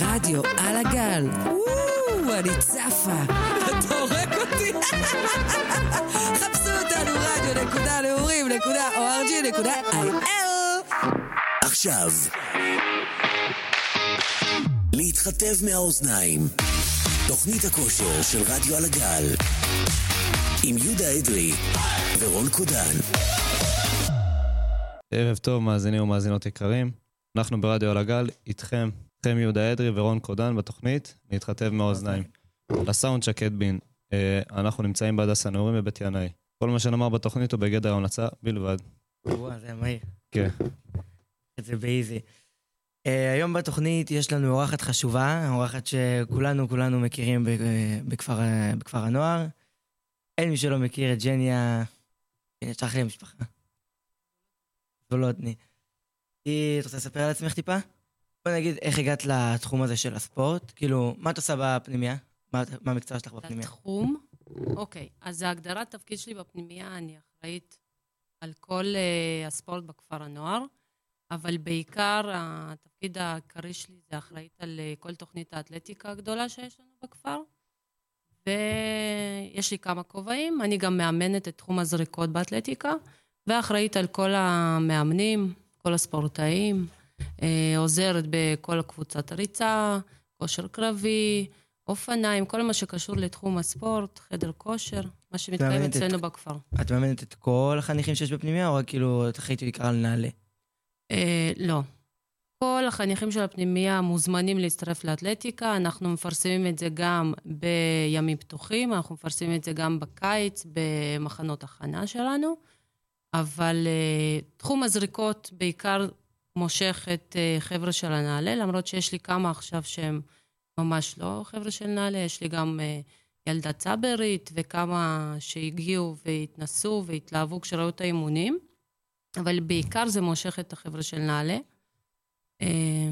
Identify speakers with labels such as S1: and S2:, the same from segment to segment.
S1: ברדיו, על הגל. וואו, אני צפה. אתה הורג אותי. חפשו אותנו רדיו נקודה נעורים נקודה org נקודה il.
S2: עכשיו. להתחטב מהאוזניים. תוכנית הכושר של רדיו על הגל. עם יהודה אדרי ורון קודן.
S3: ערב טוב, מאזינים ומאזינות יקרים. אנחנו ברדיו על הגל, איתכם, איתכם יהודה אדרי ורון קודן בתוכנית, להתחטב מהאוזניים. לסאונד שקד בין, אה, אנחנו נמצאים בהדסה נעורים בבית ינאי. כל מה שנאמר בתוכנית הוא בגדר המלצה בלבד.
S4: וואו, זה היה מהיר.
S3: כן.
S4: את זה באיזי. אה, היום בתוכנית יש לנו אורחת חשובה, אורחת שכולנו כולנו מכירים ב- אה, בכפר, אה, בכפר הנוער. אין מי שלא מכיר את ג'ניה, ג'ניה שלח לי המשפחה. זולוטני. היא, את רוצה לספר על עצמך טיפה? בוא נגיד איך הגעת לתחום הזה של הספורט, כאילו, מה את עושה בפנימייה? מה את- מה המקצוע שלך בפנימייה?
S5: לתחום. אוקיי, אז הגדרת תפקיד שלי בפנימייה, אני אחראית על כל אה, הספורט בכפר הנוער, אבל בעיקר התפקיד העיקרי שלי זה אחראית על אה, כל תוכנית האתלטיקה הגדולה שיש לנו בכפר. ויש לי כמה כובעים, אני גם מאמנת את תחום הזריקות באתלטיקה, ואחראית על כל המאמנים, כל הספורטאים, אה, עוזרת בכל קבוצת הריצה, כושר קרבי, אופניים, כל מה שקשור לתחום הספורט, חדר כושר, מה שמתקיים
S4: מאמנת את-
S5: אצלנו בכפר.
S4: את מאמנת את כל החניכים שיש בפנימייה, או רק כאילו, את אחראית בעיקר על נעל"ה?
S5: אה, לא. כל החניכים של הפנימייה מוזמנים להצטרף לאתלטיקה, אנחנו מפרסמים את זה גם בימים פתוחים, אנחנו מפרסמים את זה גם בקיץ, במחנות הכנה שלנו, אבל אה, תחום הזריקות בעיקר מושך את אה, חבר'ה של הנעלה, למרות שיש לי כמה עכשיו שהם ממש לא חבר'ה של נעלה, יש לי גם אה, ילדה צברית וכמה שהגיעו והתנסו והתלהבו כשראו את האימונים. אבל בעיקר זה מושך את החבר'ה של נעל"ה. אה,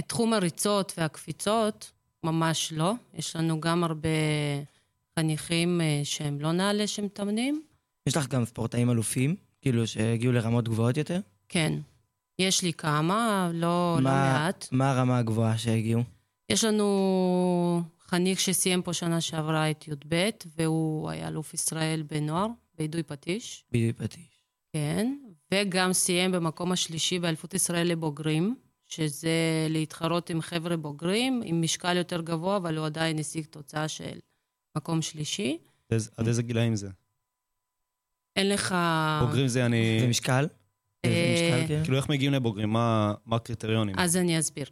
S5: את תחום הריצות והקפיצות, ממש לא. יש לנו גם הרבה חניכים אה, שהם לא נעל"ה שמתאמנים.
S4: יש לך גם ספורטאים אלופים, כאילו, שהגיעו לרמות גבוהות יותר?
S5: כן, יש לי כמה, לא, לא
S4: מה-
S5: מעט.
S4: מה הרמה הגבוהה שהגיעו?
S5: יש לנו חניך שסיים פה שנה שעברה את י"ב, והוא היה אלוף ישראל בנוער, באידוי פטיש.
S4: בדיוק פטיש.
S5: כן, וגם סיים במקום השלישי באליפות ישראל לבוגרים, שזה להתחרות עם חבר'ה בוגרים, עם משקל יותר גבוה, אבל הוא עדיין השיג תוצאה של מקום שלישי.
S3: אז- עד איזה גילאים זה?
S5: אין לך...
S3: בוגרים זה אני...
S4: זה משקל?
S5: אה,
S4: זה משקל, כן?
S3: כאילו, איך מגיעים לבוגרים? מה מה הקריטריונים?
S5: אז אני אסביר.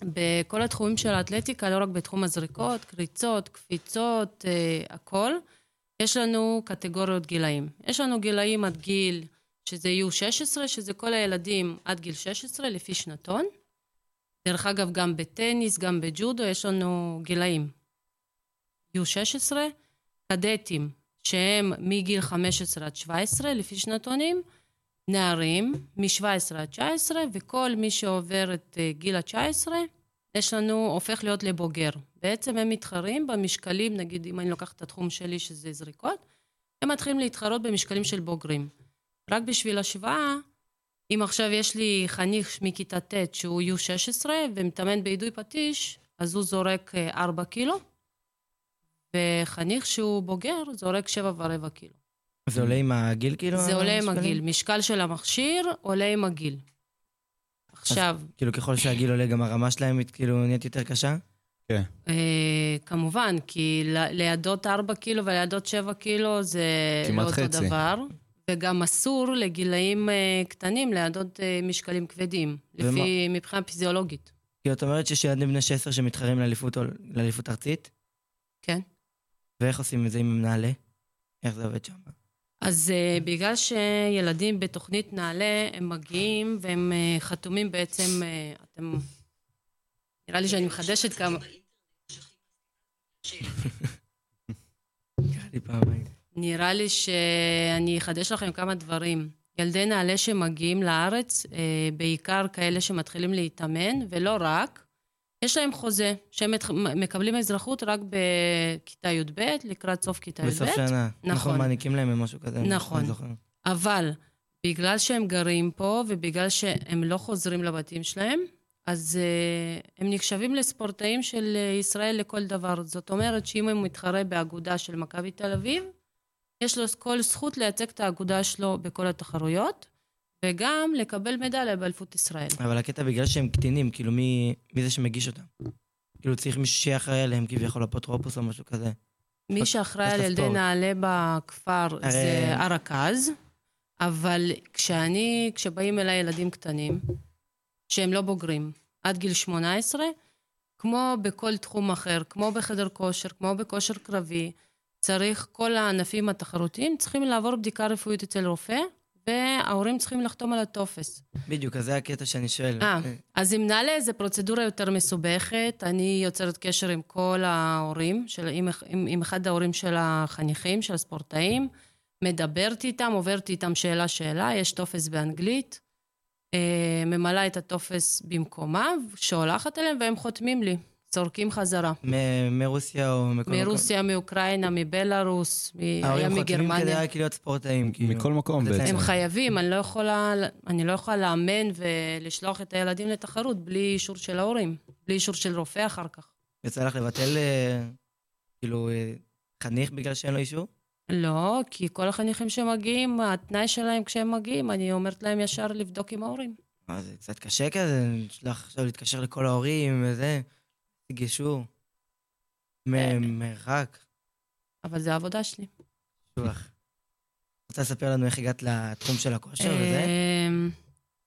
S5: בכל התחומים של האתלטיקה, לא רק בתחום הזריקות, קריצות, קפיצות, אה, הכל, יש לנו קטגוריות גילאים. יש לנו גילאים עד גיל, שזה יהיו 16, שזה כל הילדים עד גיל 16, לפי שנתון. דרך אגב, גם בטניס, גם בג'ודו, יש לנו גילאים. יהיו 16, קדטים, שהם מגיל 15 עד 17, לפי שנתונים, נערים מ-17 עד 19, וכל מי שעובר את אה, גיל ה-19, יש לנו, הופך להיות לבוגר. בעצם הם מתחרים במשקלים, נגיד אם אני לוקחת את התחום שלי שזה זריקות, הם מתחילים להתחרות במשקלים של בוגרים. רק בשביל השוואה, אם עכשיו יש לי חניך מכיתה ט' שהוא U16 ומתאמן באידוי פטיש, אז הוא זורק 4 קילו, וחניך שהוא בוגר זורק 7.25 קילו.
S4: זה עולה עם הגיל,
S3: אה,
S4: כאילו?
S5: זה עולה עם
S4: המשקלים?
S5: הגיל. משקל של המכשיר עולה עם הגיל. עכשיו,
S4: כאילו, ככל שהגיל עולה, גם הרמה שלהם היא כאילו נהיית יותר קשה?
S5: אה, כמובן, כי ל- לידות 4 קילו ולידות 7 קילו זה לא
S3: כמעט
S5: אותו
S3: חצי.
S5: דבר. וגם אסור לגילאים אה, קטנים לידות אה, משקלים כבדים, לפי, מבחינה פיזיולוגית.
S4: כאילו, את אומרת שיש ילדים בני 16 שמתחרים לאליפות או- לאליפות ארצית?
S5: כן.
S4: ואיך עושים את זה עם נעל"ה? איך זה עובד שם?
S5: אז אה, בגלל שילדים בתוכנית נעל"ה, הם מגיעים והם אה, חתומים בעצם, אה, אתם... נראה לי שאני מחדשת כמה...
S4: נראה לי פעמיים.
S5: נראה לי שאני אחדש לכם כמה דברים. ילדי נעל"ה שמגיעים לארץ, אה, בעיקר כאלה שמתחילים להתאמן, ולא רק, יש להם חוזה, שהם מת- מקבלים אזרחות רק בכיתה י"ב, לקראת סוף כיתה י"ב.
S4: בסוף שנה.
S5: נכון.
S4: מעניקים להם משהו כזה. אני
S5: נכון.
S4: זוכר.
S5: אבל בגלל שהם גרים פה ובגלל שהם לא חוזרים לא לבתים שלהם, אז אה, הם נחשבים לספורטאים של אה, ישראל לכל דבר. זאת אומרת שאם הוא מתחרה באגודה של מכבי תל אביב, יש לו כל זכות לייצג את האגודה שלו בכל התחרויות, וגם לקבל מדליה באליפות ישראל.
S4: אבל הקטע בגלל שהם קטינים, כאילו מי, מי זה שמגיש אותם? כאילו צריך מישהו שיהיה אחראי עליהם כביכול אפוטרופוס או משהו כזה.
S5: מי שאחראי על ילדי
S4: הספורט.
S5: נעל"ה בכפר זה
S4: הרי-
S5: הרכז, אבל כשאני, כשבאים אליי ילדים קטנים, שהם לא בוגרים, עד גיל 18, כמו בכל תחום אחר, כמו בחדר כושר, כמו בכושר קרבי, צריך, כל הענפים התחרותיים צריכים לעבור בדיקה רפואית אצל רופא, וההורים צריכים לחתום על הטופס.
S4: בדיוק, אז זה הקטע שאני שואל.
S5: אה, אז עם נעל"ה זו פרוצדורה יותר מסובכת. אני יוצרת קשר עם כל ההורים, של, עם, עם, עם אחד ההורים של החניכים, של הספורטאים, מדברת איתם, עוברת איתם שאלה-שאלה, יש טופס באנגלית, אה, ממלאה את הטופס במקומה, שולחת אליהם והם חותמים לי, צורקים חזרה.
S4: מ- מרוסיה או מכל מקום.
S5: מרוסיה, מאוקראינה, מבלארוס, מ- היה
S4: ההורים חותמים כדי
S5: מגרמניה.
S4: רק להיות ספורטאים, כאילו.
S3: מכל מקום
S4: לתת להם
S3: בעצם.
S5: הם חייבים, אני לא יכולה, אני לא יכולה לאמן ולשלוח את הילדים לתחרות בלי אישור של ההורים, בלי אישור של רופא אחר כך.
S4: יצא לך לבטל, אה, כאילו, אה, חניך בגלל שאין לו אישור?
S5: לא, כי כל החניכים שמגיעים, התנאי שלהם כשהם מגיעים, אני אומרת להם ישר לבדוק עם ההורים.
S4: מה, זה קצת קשה כזה, נשלח עכשיו להתקשר לכל ההורים וזה, להשיג אישור. מ-
S5: אה.
S4: מרחק,
S5: אבל זה העבודה שלי.
S4: שוח. רוצה לספר לנו איך הגעת לתחום של הכושר וזה?
S5: אמ,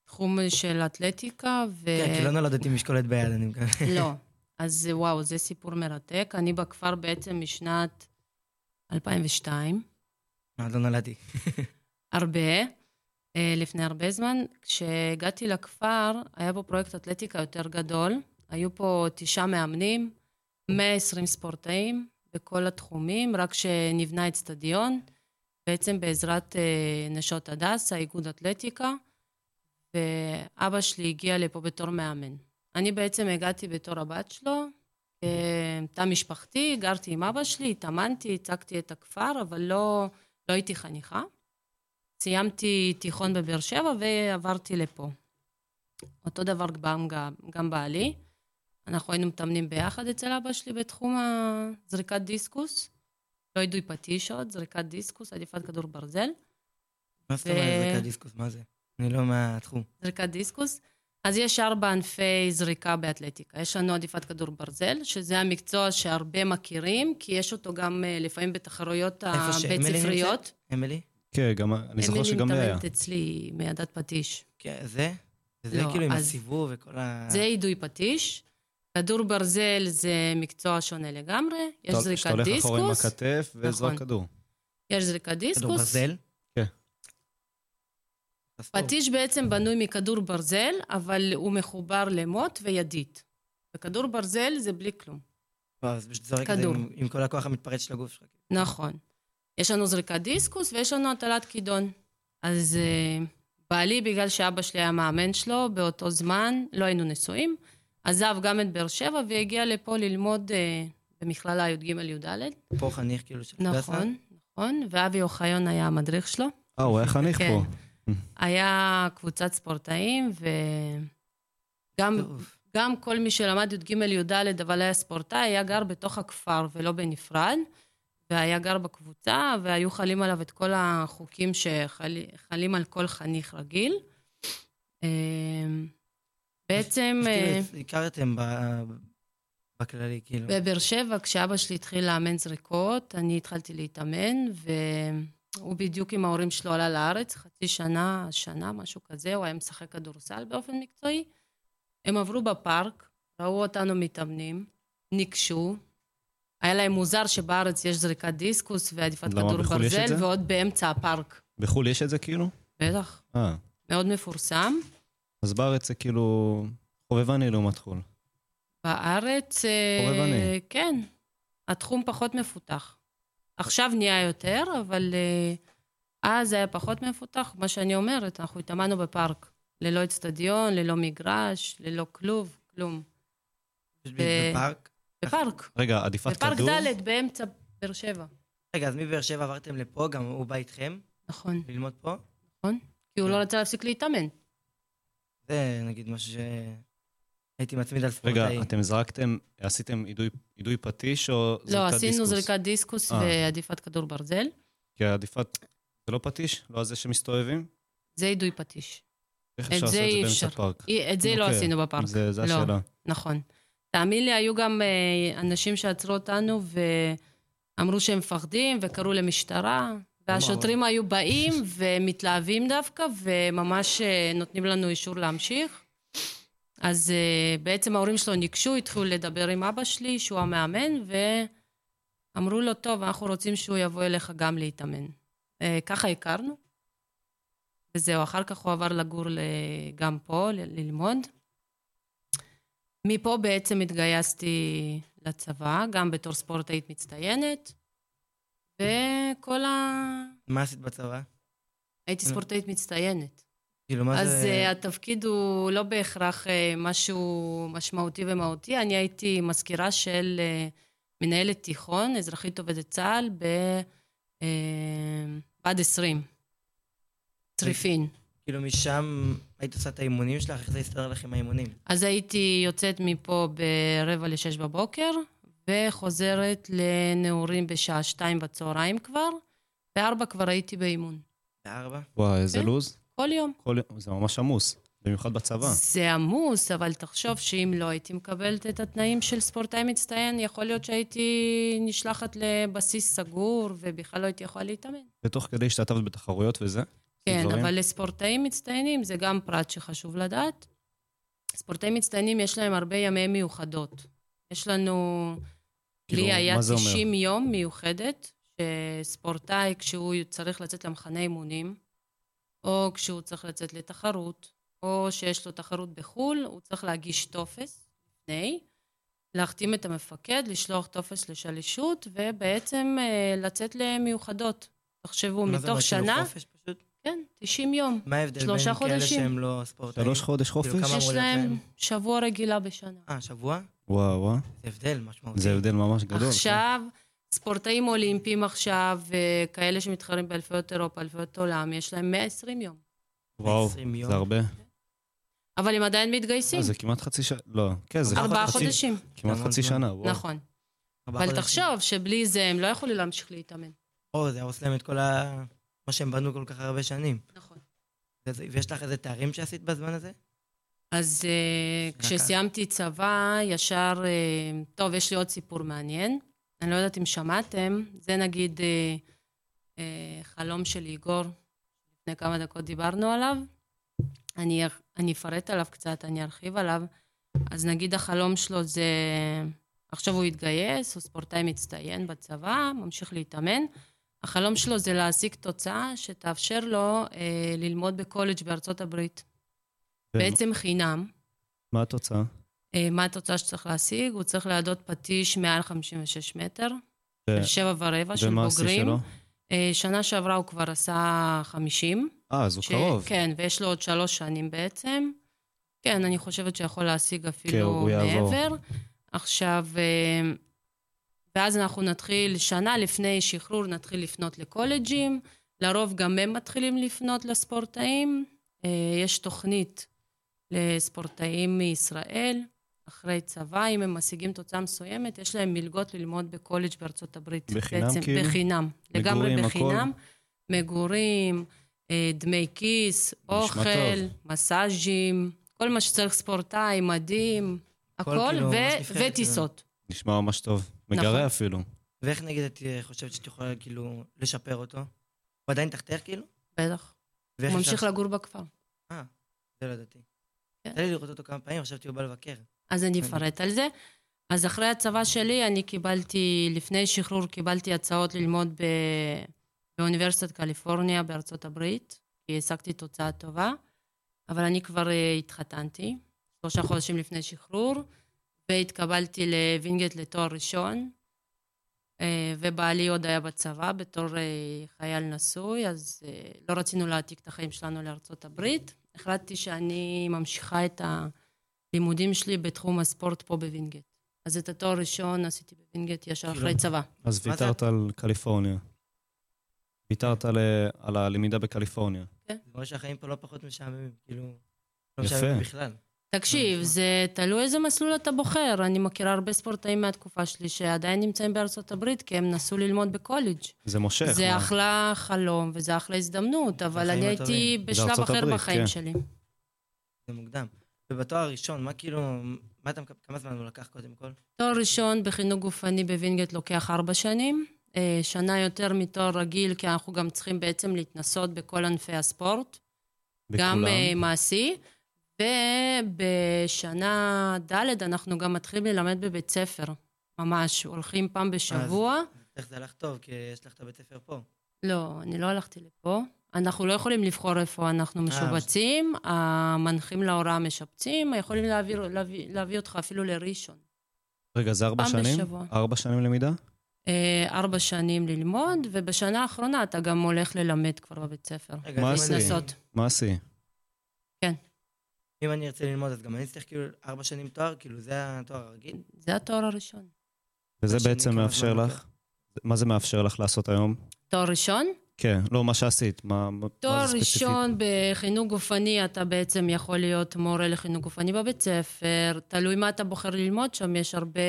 S5: תחום של אתלטיקה ו...
S4: כן, כי לא נולדתי עם משקולת ביד, אני מקווה.
S5: לא. אז וואו, זה סיפור מרתק. אני בכפר בעצם משנת 2002.
S4: עוד לא נולדתי.
S5: הרבה, אה, לפני הרבה זמן. כשהגעתי לכפר, היה פה פרויקט אתלטיקה יותר גדול. היו פה תשעה מאמנים, 120 ספורטאים בכל התחומים, רק שנבנה אצטדיון, בעצם בעזרת אה, נשות הדסה, איגוד אתלטיקה, ואבא שלי הגיע לפה בתור מאמן. אני בעצם הגעתי בתור הבת שלו, אה, תא משפחתי, גרתי עם אבא שלי, התאמנתי, הצגתי את הכפר, אבל לא, לא הייתי חניכה. סיימתי תיכון בבאר שבע ועברתי לפה. אותו דבר גם, גם, גם בעלי. אנחנו היינו מתאמנים ביחד אצל אבא שלי בתחום הזריקת דיסקוס. לא יידוי פטיש עוד, זריקת דיסקוס, עדיפת כדור ברזל.
S4: מה זאת אומרת,
S5: אה.
S4: זה קדיסקוס, מה זה? אני לא מהתחום.
S5: זריקת דיסקוס. אז יש ארבע ענפי זריקה באתלטיקה. יש לנו עדיפת כדור ברזל, שזה המקצוע שהרבה מכירים, כי יש אותו גם אה, לפעמים בתחרויות
S4: איפה שאמילי
S5: הבית ספריות.
S4: נמצאת? אמילי?
S3: כן, גם, אני זוכר
S5: אמילי
S3: שגם לי היה.
S5: מתאמנת אצלי מעדת פטיש.
S4: כן, זה? זה
S5: לא,
S4: כאילו עם
S5: אז-
S4: הסיבוב וכל
S3: אה.
S4: ה...
S5: זה יידוי פטיש. כדור ברזל זה מקצוע שונה לגמרי. יש
S3: אתה-
S5: זריקת
S3: שאתה הולך אחורה עם
S5: דיסקוס,
S3: הכתף
S5: נכון.
S3: וזרק כדור.
S5: יש זריקת
S4: כדור
S5: דיסקוס.
S4: ברזל?
S3: כן.
S4: הספורט.
S5: פטיש בעצם בנוי מכדור ברזל, אבל הוא מחובר למוט וידית. וכדור ברזל זה בלי כלום.
S4: וואו, לא, אז פשוט זורק את זה
S5: כדור.
S4: עם- עם כל הכוח המתפרץ של הגוף שלך. כאילו,
S5: נכון. יש לנו זריקת דיסקוס ויש לנו הטלת כידון. אז אה, בעלי, בגלל שאבא שלי היה מאמן שלו, באותו זמן לא היינו נשואים, עזב גם את באר שבע והגיע לפה ללמוד אה, במכללה י"ג-י"ד.
S4: פה חניך כאילו של הדסה.
S5: נכון, נכון, ואבי אוחיון היה המדריך שלו.
S3: אה, הוא היה חניך
S5: כן.
S3: פה.
S5: היה קבוצת ספורטאים, וגם
S4: טוב.
S5: גם כל מי שלמד י"ג-י"ד, אבל היה ספורטאי, היה גר בתוך הכפר ולא בנפרד, והיה גר בקבוצה, והיו חלים עליו את כל החוקים שחלים על כל חניך רגיל. אה, בעצם... אה,
S4: כאילו, הכרתם ב- בכללי, כאילו.
S5: בבאר שבע, כשאבא שלי התחיל לאמן זריקות, אני התחלתי להתאמן, והוא בדיוק עם ההורים שלו עלה לארץ, חצי שנה, שנה, משהו כזה, הוא היה משחק כדורסל באופן מקצועי. הם עברו בפארק, ראו אותנו מתאמנים, ניגשו. היה להם מוזר שבארץ יש זריקת דיסקוס ועדיפת
S3: למה
S5: כדור
S3: בחו"ל יש את
S5: ברזל,
S3: זה?
S5: ועוד באמצע הפארק.
S3: בחו"ל יש את זה כאילו?
S5: בטח,
S3: אה,
S5: מאוד מפורסם.
S3: אז בארץ זה כאילו חובבני לעומת חו"ל.
S5: בארץ, אה,
S3: חובבני.
S5: כן, התחום פחות מפותח. עכשיו נהיה יותר, אבל אה, אז היה פחות מפותח. מה שאני אומרת, אנחנו התאמנו בפארק. ללא אצטדיון, ללא מגרש, ללא כלוב, כלום.
S4: פשוט
S5: ב-
S4: בפארק.
S5: בפארק,
S3: רגע, עדיפת כדור?
S5: בפארק ד' באמצע באר שבע.
S4: רגע, אז מבאר שבע עברתם לפה, גם הוא בא איתכם
S5: נכון,
S4: ללמוד פה?
S5: נכון. כי הוא לא רצה להפסיק להתאמן.
S4: זה נגיד משהו ש... הייתי מצמיד על ספורטאי.
S3: רגע, אתם זרקתם, עשיתם אידוי- אידוי פטיש או
S5: לא, עשינו
S3: דיסקוס?
S5: זריקת דיסקוס
S3: אה.
S5: ועדיפת כדור ברזל.
S3: כי עדיפת, זה לא פטיש? לא זה שמסתובבים?
S5: זה יידוי פטיש.
S3: איך
S5: את
S3: אפשר
S5: זה
S3: לעשות
S5: אי
S3: את זה
S5: אפשר.
S3: באמצע פארק?
S5: אי- את זה לא
S3: אוקיי.
S5: עשינו בפארק.
S3: זה זה
S5: לא.
S3: השאלה.
S5: נכון. תאמין לי, היו גם אה, אנשים שעצרו אותנו ואמרו שהם מפחדים וקראו למשטרה, והשוטרים היו באים ומתלהבים דווקא, וממש אה, נותנים לנו אישור להמשיך. אז אה, בעצם ההורים שלו ניגשו, התחילו לדבר עם אבא שלי, שהוא המאמן, ואמרו לו, טוב, אנחנו רוצים שהוא יבוא אליך גם להתאמן. אה, ככה הכרנו, וזהו, אחר כך הוא עבר לגור ל- גם פה, ל- ללמוד. מפה בעצם התגייסתי לצבא, גם בתור ספורטאית מצטיינת, וכל ה...
S4: מה עשית בצבא?
S5: הייתי ספורטאית מצטיינת.
S4: כאילו, מה
S5: אז
S4: זה...
S5: אה, התפקיד הוא לא בהכרח אה, משהו משמעותי ומהותי. אני הייתי מזכירה של אה, מנהלת תיכון, אזרחית עובדת צה"ל, אה, בבה"ד 20, צריפין.
S4: כאילו, משם היית עושה את האימונים שלך, איך זה הסתדר לך עם האימונים?
S5: אז הייתי יוצאת מפה ברבע לשש בבוקר, וחוזרת לנעורים בשעה שתיים בצהריים כבר, בארבע כבר הייתי באימון.
S4: בארבע?
S3: וואי, איזה
S5: כן.
S3: לוז.
S5: כל יום.
S3: כל יום- זה ממש עמוס, במיוחד בצבא.
S5: זה עמוס, אבל תחשוב שאם לא הייתי מקבלת את התנאים של ספורטאי מצטיין, יכול להיות שהייתי נשלחת לבסיס סגור, ובכלל לא הייתי יכולה להתאמן.
S3: ותוך כדי השתתפת בתחרויות וזה?
S5: כן,
S3: דברים?
S5: אבל לספורטאים מצטיינים זה גם פרט שחשוב לדעת. ספורטאים מצטיינים, יש להם הרבה ימי מיוחדות. יש לנו...
S3: כאילו,
S5: לי היה
S3: מה זה אומר?
S5: 90 יום מיוחדת, שספורטאי, כשהוא צריך לצאת למחנה אימונים, או כשהוא צריך לצאת לתחרות, או שיש לו תחרות בחו"ל, הוא צריך להגיש טופס לפני, להחתים את המפקד, לשלוח טופס לשלישות, ובעצם אה, לצאת למיוחדות. תחשבו,
S4: מה זה
S5: מתוך
S4: אומר, כאילו,
S5: שנה...
S4: חופש פשוט?
S5: כן, 90 יום.
S4: מה ההבדל בין כאלה
S5: שלושה חודשים.
S4: שהם לא ספורטאים?
S3: שלוש חודש חופש?
S4: כמה אמור
S5: יש
S4: להיות
S5: להם
S4: להם?
S5: שבוע רגילה בשנה.
S4: אה, שבוע?
S3: וואו, וואו.
S4: זה הבדל משמעותי.
S3: זה הבדל ממש גדול. כן.
S5: עכשיו, ספורטאים אולימפיים עכשיו, וכאלה שמתחרים באליפויות אירופה, אליפויות עולם, יש להם 120 יום.
S3: כן. וואו,
S4: 20 יום.
S3: זה הרבה.
S5: אבל הם עדיין מתגייסים.
S3: אה, זה כמעט חצי שנה, לא. כן, זה
S5: ארבעה
S3: חצי-
S5: חודשים,
S3: כמעט
S4: המון
S3: חצי
S4: זמן.
S3: שנה, וואו.
S5: נכון.
S4: ארבעה
S5: אבל
S4: חודשים.
S5: תחשוב שבלי זה הם לא יכולים להמשיך להתאמן.
S4: או, זה הרוס להם את כל ה... מה שהם בנו כל כך הרבה שנים.
S5: נכון.
S4: וזה- ויש לך איזה תארים שעשית בזמן הזה?
S5: אז אה,
S4: דקה.
S5: כשסיימתי צבא, ישר... אה, טוב, יש לי עוד סיפור מעניין. אני לא יודעת אם שמעתם, זה נגיד אה, אה, חלום של איגור, לפני כמה דקות דיברנו עליו. אני, אר- אני אפרט עליו קצת, אני ארחיב עליו. אז נגיד החלום שלו זה... עכשיו הוא התגייס, הוא ספורטאי מצטיין בצבא, ממשיך להתאמן. החלום שלו זה להשיג תוצאה שתאפשר לו אה, ללמוד בקולג' בארצות הברית. בעצם חינם.
S3: מה התוצאה?
S5: אה, מה התוצאה שצריך להשיג? הוא צריך לידות פטיש מעל 56 מטר, של שבע ורבע, של
S3: ומה השיא
S5: בוגרים.
S3: שלו?
S5: אה, שנה שעברה הוא כבר עשה 50.
S3: אה, אז הוא
S5: ש-
S3: קרוב.
S5: כן, ויש לו עוד שלוש שנים בעצם. כן, אני חושבת שיכול להשיג
S3: כן,
S5: אפילו
S3: הוא יעבור.
S5: מעבר. עכשיו, אה, ואז אנחנו נתחיל, שנה לפני שחרור נתחיל לפנות לקולג'ים. לרוב גם הם מתחילים לפנות לספורטאים. אה, יש תוכנית לספורטאים מישראל, אחרי צבא, אם הם משיגים תוצאה מסוימת, יש להם מלגות ללמוד בקולג' בארצות הברית.
S3: בחינם
S5: בעצם,
S3: כאילו?
S5: בחינם, לגמרי
S3: מגורים, הכל?
S5: בחינם. מגורים, אה, דמי כיס,
S3: נשמע
S5: אוכל,
S3: טוב.
S5: מסאז'ים, כל מה שצריך ספורטאי, מדים,
S4: הכל
S5: הכל,
S4: כאילו
S5: ו-
S4: ממש נבחרת,
S5: וטיסות.
S3: נשמע ממש טוב. מגרה
S5: נכון.
S3: אפילו.
S4: ואיך נגיד את אה, חושבת שאת יכולה כאילו לשפר אותו? הוא עדיין תחתך כאילו?
S5: בטח.
S4: ואיך
S5: הוא
S4: אפשר-
S5: ממשיך לגור בכפר.
S4: אה, זה לא ידעתי.
S5: כן.
S4: יצא לי לראות אותו כמה פעמים, חשבתי הוא בא לבקר.
S5: אז אני
S4: כן.
S5: אפרט על זה. אז אחרי הצבא שלי, אני קיבלתי, לפני שחרור קיבלתי הצעות ללמוד ב... באוניברסיטת קליפורניה בארצות הברית, כי השגתי תוצאה טובה, אבל אני כבר אה, התחתנתי, שלושה חודשים לפני שחרור, והתקבלתי לווינגייט לתואר ראשון, אה, ובעלי עוד היה בצבא בתור אה, חייל נשוי, אז אה, לא רצינו להעתיק את החיים שלנו לארצות הברית. החלטתי שאני ממשיכה את ה... לימודים שלי בתחום הספורט פה בווינגייט. אז את התואר הראשון עשיתי בווינגייט ישר
S4: כאילו-
S5: אחרי צבא.
S3: אז
S4: מה זה?
S3: ויתרת על קליפורניה. ויתרת על, אה, על הלמידה בקליפורניה.
S4: זה אומר שהחיים פה לא פחות משעממים, כאילו... לא
S3: יפה.
S4: משעממים בכלל.
S5: תקשיב, זה תלוי איזה מסלול אתה בוחר. אני מכירה הרבה ספורטאים מהתקופה שלי שעדיין נמצאים בארצות הברית, כי הם נסעו ללמוד בקולג'.
S3: זה מושך.
S5: זה
S3: מה?
S5: אחלה חלום וזה אחלה הזדמנות, אבל
S4: החיים
S5: אני הייתי
S4: הטובים.
S3: זה
S5: בשלב
S3: ארצות
S5: אחר
S3: הברית, כן.
S5: בחיים שלי.
S4: זה מוקדם. ובתואר הראשון, מה כאילו, מה אתה, מקב- כמה זמן הוא לקח קודם כל?
S5: תואר ראשון בחינוך גופני בווינגייט לוקח ארבע שנים, אה, שנה יותר מתואר רגיל, כי אנחנו גם צריכים בעצם להתנסות בכל ענפי הספורט,
S3: בכולם.
S5: גם אה, מעשי, ובשנה ד' אנחנו גם מתחילים ללמד בבית ספר, ממש, הולכים פעם בשבוע.
S4: איך זה הלך טוב, כי יש לך את הבית ספר פה.
S5: לא, אני לא הלכתי לפה. אנחנו לא יכולים לבחור איפה אנחנו משובצים, המנחים להוראה משבצים, יכולים להעביר, להביא, להביא אותך אפילו לראשון.
S3: רגע, זה ארבע
S5: פעם
S3: שנים?
S5: בשבוע.
S3: ארבע שנים למידה?
S5: אה, ארבע שנים ללמוד, ובשנה האחרונה אתה גם הולך ללמד כבר בבית ספר.
S4: רגע,
S3: מה
S4: אז אם אני-
S3: עשית?
S5: לנסות.
S3: מעשי.
S4: אם אני ארצה ללמוד, אז גם אני אצטרך כאילו ארבע שנים תואר, כאילו זה התואר הרגיל.
S5: זה התואר הראשון.
S3: וזה
S4: השני,
S3: בעצם
S4: כמה
S3: מאפשר
S4: זמן
S3: לך? מה זה מאפשר לך לעשות היום?
S5: תואר ראשון?
S3: כן, לא, מה שעשית. מה מה זה
S5: תואר
S3: ספציפית?
S5: ראשון בחינוך גופני, אתה בעצם יכול להיות מורה לחינוך גופני בבית ספר, תלוי מה אתה בוחר ללמוד שם, יש הרבה,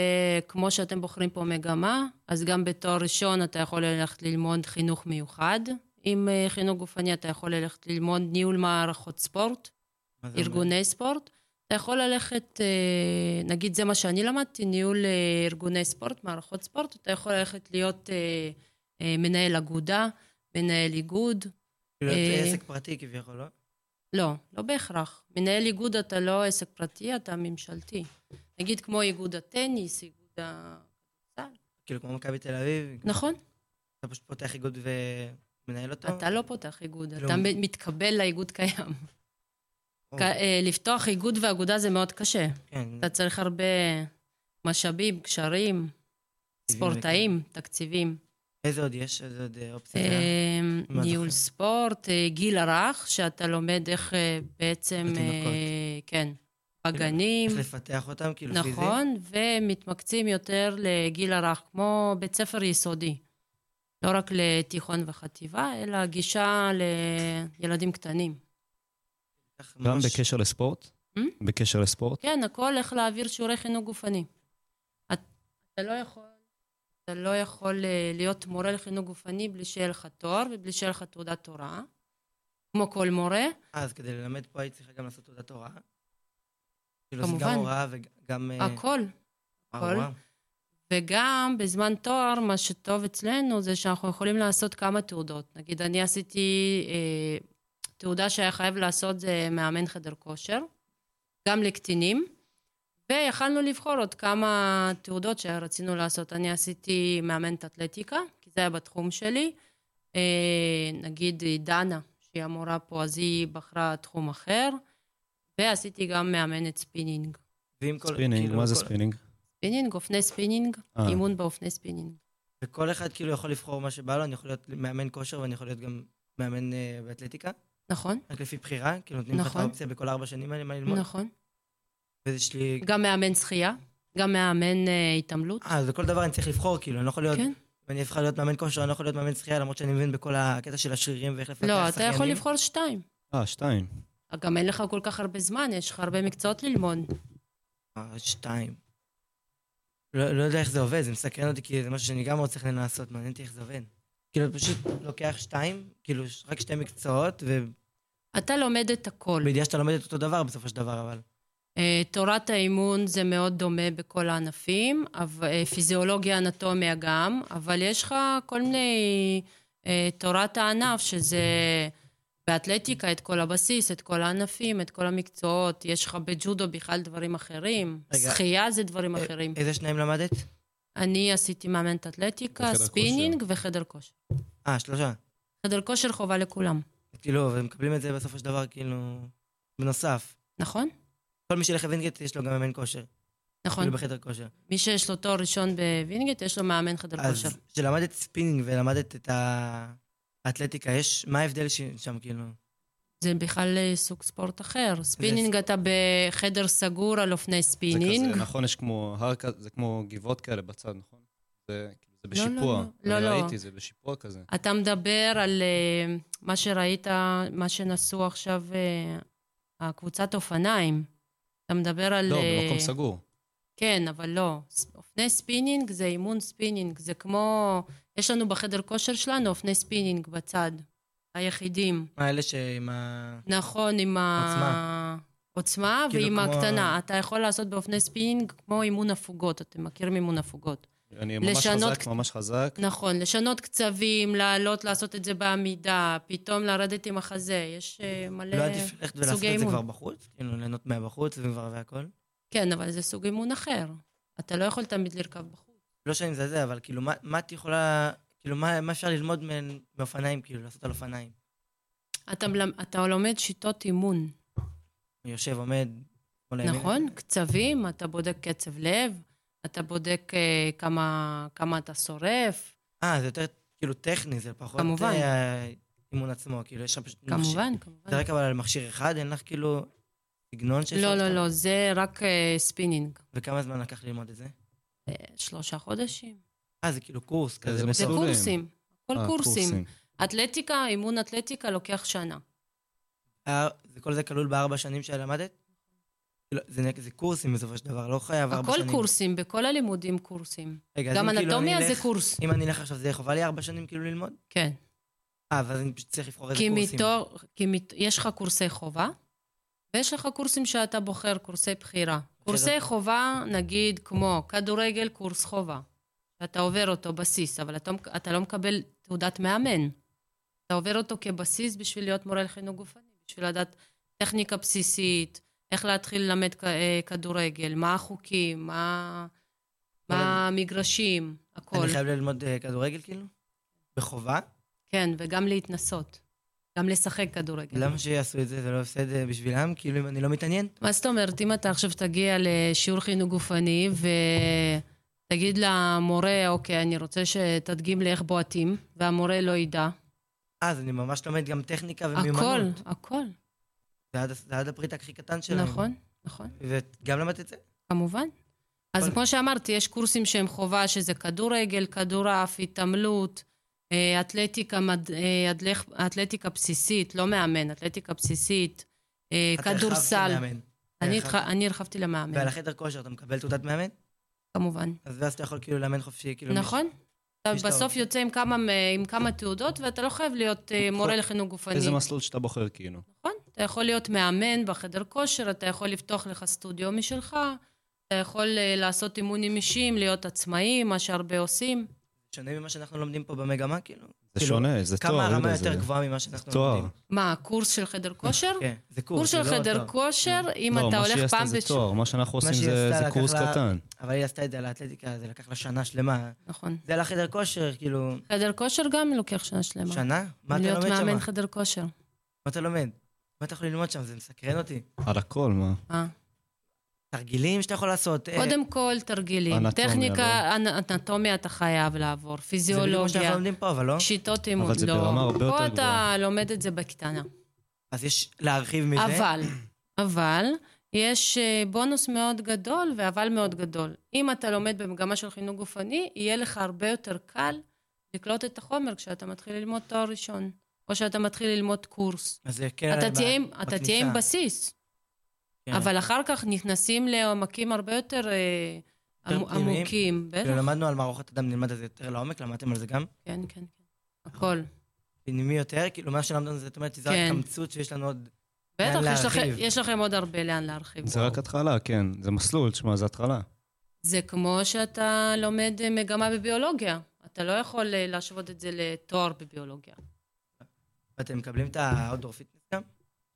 S5: כמו שאתם בוחרים פה מגמה, אז גם בתואר ראשון אתה יכול ללכת ללמוד חינוך מיוחד. עם אה, חינוך גופני אתה יכול ללכת ללמוד ניהול מערכות ספורט,
S4: מה זה אומר?
S5: ארגוני ספורט. אתה יכול ללכת, אה, נגיד זה מה שאני למדתי, ניהול אה, ארגוני ספורט, מערכות ספורט, אתה יכול ללכת להיות אה, אה, מנהל אגודה, מנהל איגוד.
S4: כאילו
S5: אה,
S4: זה עסק פרטי כביכול, לא?
S5: לא, לא בהכרח. מנהל איגוד אתה לא עסק פרטי, אתה ממשלתי. נגיד כמו איגוד הטניס, איגוד ה...
S4: כאילו כמו מכבי תל אביב,
S5: נכון,
S4: אתה פשוט פותח איגוד ומנהל אותו?
S5: אתה לא פותח איגוד,
S4: לא.
S5: אתה מ- מתקבל לאיגוד קיים.
S4: או,
S5: כ- אה, לפתוח איגוד ואגודה זה מאוד קשה.
S4: כן,
S5: אתה צריך הרבה משאבים, קשרים, ספורטאים, תקציבים.
S4: איזה עוד יש? איזה עוד אה, אופציה?
S5: אמ,
S4: מה אתה
S5: ניהול
S4: חושב?
S5: ספורט, אה, גיל הרך, שאתה לומד איך אה, בעצם,
S4: התינוקות.
S5: אה, כן, בגנים,
S4: איך לפתח אותם, כאילו פיזית?
S5: נכון, ומתמקצים יותר לגיל הרך, כמו בית ספר יסודי. לא רק לתיכון וחטיבה, אלא גישה לילדים קטנים.
S4: כך
S3: גם
S4: ממש-
S3: בקשר לספורט?
S5: Hmm?
S3: בקשר לספורט?
S5: כן, הכל איך להעביר שיעורי חינוך גופני. את- אתה לא יכול, אתה לא יכול אה, להיות מורה לחינוך גופני בלי שיהיה לך תואר ובלי שיהיה לך תעודת הוראה, כמו כל מורה.
S4: אה, אז כדי ללמד פה היית צריכה גם לעשות תעודת הוראה? כאילו זה גם
S5: כמובן.
S4: הוראה וגם... אה,
S5: הכל.
S4: אה,
S5: הכל.
S4: וואו.
S5: וגם בזמן תואר, מה שטוב אצלנו זה שאנחנו יכולים לעשות כמה תעודות. נגיד, אני עשיתי אה, תעודה שהיה חייב לעשות זה מאמן חדר כושר, גם לקטינים, ויכלנו לבחור עוד כמה תעודות שרצינו לעשות. אני עשיתי מאמנת אתלטיקה, כי זה היה בתחום שלי. אה, נגיד דנה, שהיא המורה פה, אז היא בחרה תחום אחר, ועשיתי גם מאמנת ספינינג.
S4: ועם כל...
S3: ספינינג,
S4: כאילו,
S3: מה זה
S4: כל-
S3: ספינינג?
S5: ספינינג, אופני ספינינג,
S3: אה.
S5: אימון באופני ספינינג.
S4: וכל אחד כאילו יכול לבחור מה שבא לו, אני יכול להיות מאמן כושר ואני יכול להיות גם מאמן אה, באתלטיקה,
S5: נכון,
S4: רק לפי בחירה, כאילו נותנים לך את
S5: נכון.
S4: האופציה בכל ארבע שנים האלה מה ללמוד.
S5: נכון.
S4: וזה שלי...
S5: גם מאמן שחייה, גם מאמן אה, התעמלות.
S4: אה, אז בכל דבר אני צריך לבחור, כאילו, אני לא יכול להיות...
S5: כן.
S4: אם אני אבחר להיות מאמן כושר, אני לא יכול להיות מאמן שחייה, למרות שאני מבין בכל הקטע של השרירים ואיך לפתח
S5: לא, אתה יכול
S4: שחיינים.
S5: לבחור שתיים.
S3: אה, שתיים.
S5: גם אין לך כל כך הרבה זמן, יש לך הרבה מקצועות ללמוד.
S4: אה, שתיים. לא, לא יודע איך זה עובד, זה מסקרן אותי, כי זה משהו שאני גם מאוד צריך לנסות, מעניין אותי איך זה עובד. כאילו, אתה פשוט לוקח שתיים, כאילו, ש- רק שתי מקצועות,
S5: אתה לומד את הכל.
S4: ובידיעה שאתה לומד את אותו דבר בסופו של דבר, אבל...
S5: אה, תורת האימון זה מאוד דומה בכל הענפים, אבל- אה, פיזיולוגיה, אנטומיה גם, אבל יש לך כל מיני... אה, תורת הענף, שזה באתלטיקה, את כל הבסיס, את כל הענפים, את כל המקצועות. יש לך בג'ודו בכלל דברים אחרים.
S4: רגע. אה,
S5: שחייה זה דברים אחרים.
S4: איזה שניים למדת?
S5: אני עשיתי מאמנת אתלטיקה,
S3: וחדר
S5: ספינינג וחדר כושר.
S4: אה, שלושה.
S5: חדר כושר חובה לכולם,
S4: כאילו, ומקבלים את זה בסופו של דבר, כאילו, בנוסף.
S5: נכון?
S4: כל מי שילך לווינגייט, יש לו גם מאמן כושר.
S5: נכון.
S4: כאילו, בחדר כושר.
S5: מי שיש לו תואר ראשון בווינגייט, יש לו מאמן חדר כושר.
S4: אז כשלמדת ספינינג ולמדת את האתלטיקה, יש... מה ההבדל ש- שם, כאילו?
S5: זה בכלל אה, סוג ספורט אחר. ספינינג אתה בחדר סגור על אופני
S3: זה
S5: ספינינג.
S3: כזה, נכון, יש כמו הר כזה, זה כמו גבעות כאלה בצד, נכון? זה כאילו, זה
S5: לא, לא,
S3: בשיפוע.
S5: לא.
S3: אני
S5: לא, לא.
S3: ראיתי, זה בשיפוע כזה.
S5: אתה מדבר על אה, מה שראית, מה שנסעו עכשיו אה, הקבוצת אופניים. אתה מדבר על...
S3: לא,
S5: אה,
S3: במקום סגור.
S5: כן, אבל לא. ס- אופני ספינינג זה אימון ספינינג, זה כמו... יש לנו בחדר כושר שלנו אופני ספינינג בצד, היחידים.
S4: מה אלה שעם ה...
S5: נכון, עם
S4: עוצמה.
S5: העוצמה
S4: כאילו
S5: ועם
S4: כמו ה-
S5: הקטנה. אתה יכול לעשות באופני ספינינג כמו אימון הפוגות, אתם מכירים אימון הפוגות.
S3: אני ממש
S5: לשנות
S3: חזק,
S5: קצת.
S3: ממש חזק.
S5: נכון, לשנות קצבים, לעלות, לעשות את זה בעמידה, פתאום לרדת עם החזה, יש אה, מלא...
S4: לא עדיף ללכת ולעשות
S5: סוגי
S4: את זה
S5: אימון.
S4: כבר בחוץ? כאילו, ליהנות מהבחוץ וכבר והכל?
S5: כן, אבל זה סוג אימון אחר. אתה לא יכול תמיד לרכב בחוץ.
S4: לא שאני מזלזל, אבל כאילו, מה- מה את יכולה... כאילו, מה מה אפשר ללמוד מהן- מאופניים, כאילו, לעשות על אופניים?
S5: אתה, מלמ- אתה לומד שיטות אימון,
S4: אני יושב, עומד, כל הימים.
S5: נכון? קצבים, אתה בודק קצב לב, אתה בודק אה, כמה, כמה אתה שורף,
S4: אה, זה יותר כאילו טכני, זה פחות...
S5: כמובן.
S4: אה, אימון עצמו, כאילו, יש שם פשוט... מכשיר.
S5: כמובן, כמובן.
S4: זה רק אבל על מכשיר אחד, אין לך כאילו סגנון שיש
S5: לא,
S4: לך?
S5: לא, לא, זה רק אה, ספינינג.
S4: וכמה זמן לקח ללמוד את זה?
S5: אה, שלושה חודשים.
S4: אה, זה כאילו קורס
S3: זה
S4: כזה. בתוך-
S5: זה
S3: מסלולים.
S5: קורסים, הכל
S3: אה,
S5: נכון, קורסים. אתלטיקה, אימון אתלטיקה לוקח שנה.
S4: אה, זה כל זה כלול בארבע שנים שלמדת? כאילו, זה נק- זה קורסים בסופו של דבר, לא חייב ארבע
S5: הכל
S4: שנים.
S5: קורסים, בכל הלימודים קורסים.
S4: רגע, אז
S5: גם
S4: אם כאילו
S5: אנטומיה
S4: אני
S5: זה
S4: אלך-
S5: קורס.
S4: אם אני אלך עכשיו, זה חובה לי ארבע שנים כאילו ללמוד?
S5: כן.
S4: אה, ואז אני פשוט צריך לבחור איזה
S5: כי,
S4: קורסים.
S5: מתור, כי מת, יש לך קורסי חובה, ויש לך קורסים שאתה בוחר, קורסי בחירה. קורסי חובה, נגיד, כמו כדורגל, קורס חובה. אתה עובר אותו בסיס, אבל אתה, אתה לא מקבל תעודת מאמן. אתה עובר אותו כבסיס בשביל להיות מורה לחינוך גופני, בשביל לדעת טכניקה בסיסית, איך להתחיל ללמד כ- אה, כדורגל, מה החוקים, מה, מה המגרשים, הכל.
S4: אני חייב ללמוד אה, כדורגל כאילו? בחובה?
S5: כן, וגם להתנסות. גם לשחק כדורגל.
S4: למה שיעשו את זה? זה לא הפסד אה, בשבילם? כאילו, אם אני לא מתעניין?
S5: מה זאת אומרת, אם אתה עכשיו תגיע לשיעור חינוך גופני ותגיד למורה, אוקיי, אני רוצה שתדגים לי איך בועטים, והמורה לא ידע.
S4: אה, אז אני ממש לומד גם טכניקה ומיומנות. כן.
S5: הכל, הכל,
S4: זה עד- זה עד הפריט הכי קטן שלהם.
S5: נכון, נכון,
S4: וגם למדת את זה?
S5: כמובן. אז
S4: אבל-
S5: כמו שאמרתי, יש קורסים שהם חובה, שזה כדורגל, כדורעף, התעמלות, אה, אתלטיקה, מד- אה, אתלך- אתלטיקה בסיסית, לא מאמן, אתלטיקה בסיסית, אה,
S4: אתה הרחבת אה,
S5: כדורסל.
S4: מאמן.
S5: אני
S4: הרחבת.
S5: התח- אני הרחבתי למאמן,
S4: ועל החדר כושר אתה מקבל תעודת מאמן?
S5: כמובן.
S4: אז ואז אתה יכול כאילו לאמן חופשי, כאילו...
S5: נכון. אתה
S4: מי שאתה
S5: בסוף
S4: רוצה.
S5: יוצא עם כמה, עם כמה תעודות, ואתה לא חייב להיות אה, מורה לחינוך גופני.
S3: איזה מסלול שאתה בוחר, כאילו.
S5: נכון? אתה יכול להיות מאמן בחדר כושר, אתה יכול לפתוח לך סטודיו משלך, אתה יכול אה, לעשות אימונים אישיים, להיות עצמאי, מה שהרבה עושים.
S4: מישהו- שונה ממה שאנחנו לומדים פה במגמה, כאילו.
S3: זה
S4: כאילו,
S3: שונה, זה תואר.
S4: כמה הרמה
S3: יהודה, זה-
S4: יותר גבוהה ממה שאנחנו
S3: תואר.
S4: לומדים.
S5: מה, קורס של חדר כושר?
S4: כן, זה קורס.
S5: קורס
S4: זה
S5: של
S4: לא
S5: חדר
S4: תואר.
S5: כושר, אם
S3: לא,
S5: אתה
S3: מה שהיא
S5: הולך
S3: עשתה
S5: פעם
S3: זה
S5: בש...
S3: תואר, מה שאנחנו עושים
S4: שהיא
S3: זה
S4: עשתה
S3: זה
S4: לקח
S3: קורס
S4: לה-
S3: קטן.
S4: אבל היא עשתה את זה על האתלטיקה, זה לקח לה שנה שלמה.
S5: נכון.
S4: זה על החדר כושר, כאילו...
S5: חדר כושר גם לוקח שנה שלמה.
S4: שנה? מה אתה
S5: להיות
S4: לומד
S5: מאמן
S4: שם?
S5: חדר כושר.
S4: מה אתה לומד? מה אתה יכול ללמוד שם? זה מסקרן אותי.
S3: על הכל, מה?
S5: אה.
S4: תרגילים שאתה יכול לעשות. אה, לא?
S5: קודם כל, תרגילים.
S3: אנטומיה,
S5: טכניקה, אנ- אנטומיה אתה חייב
S4: זה
S5: לעבור,
S4: בדיוק כמו
S5: פיזיולוגיה.
S4: שאנחנו לומדים פה, אבל לא.
S5: שיטות אימון,
S3: אבל זה
S5: לא.
S3: ברמה הרבה יותר
S5: פה אתה לומד את זה בקטנה.
S4: אז יש להרחיב מזה.
S5: אבל, אבל, יש אה, בונוס מאוד גדול ואבל מאוד גדול. אם אתה לומד במגמה של חינוך גופני, יהיה לך הרבה יותר קל לקלוט את החומר כשאתה מתחיל ללמוד תואר ראשון, או שאתה מתחיל ללמוד קורס.
S4: אז זה כן...
S5: אתה
S4: ב-
S5: תהיה עם- אתה תהיה עם
S4: בכניסה.
S5: בסיס,
S4: כן.
S5: אבל אחר כך נכנסים לעומקים הרבה יותר אה, עמו-
S4: יותר פנימיים?
S5: עמוקים. בטח,
S4: כאילו
S3: כן.
S4: למדנו על מערכות אדם, נלמד את זה יותר לעומק, למדתם על זה גם?
S5: כן, כן, כן. הכל.
S4: פנימי יותר, כאילו מה שלמדנו זה, זאת אומרת, זה רק
S5: כן.
S4: קמצוץ שיש לנו עוד...
S5: בטח, יש לכם-
S4: להרחיב.
S5: יש לכם עוד הרבה לאן להרחיב.
S3: זה רק התחלה, כן. זה מסלול, תשמע, זה התחלה.
S5: זה כמו שאתה לומד אה, מגמה בביולוגיה. אתה לא יכול אה, להשוות את זה לתואר בביולוגיה.
S4: ואתם מקבלים את האוטדור פיטנס גם?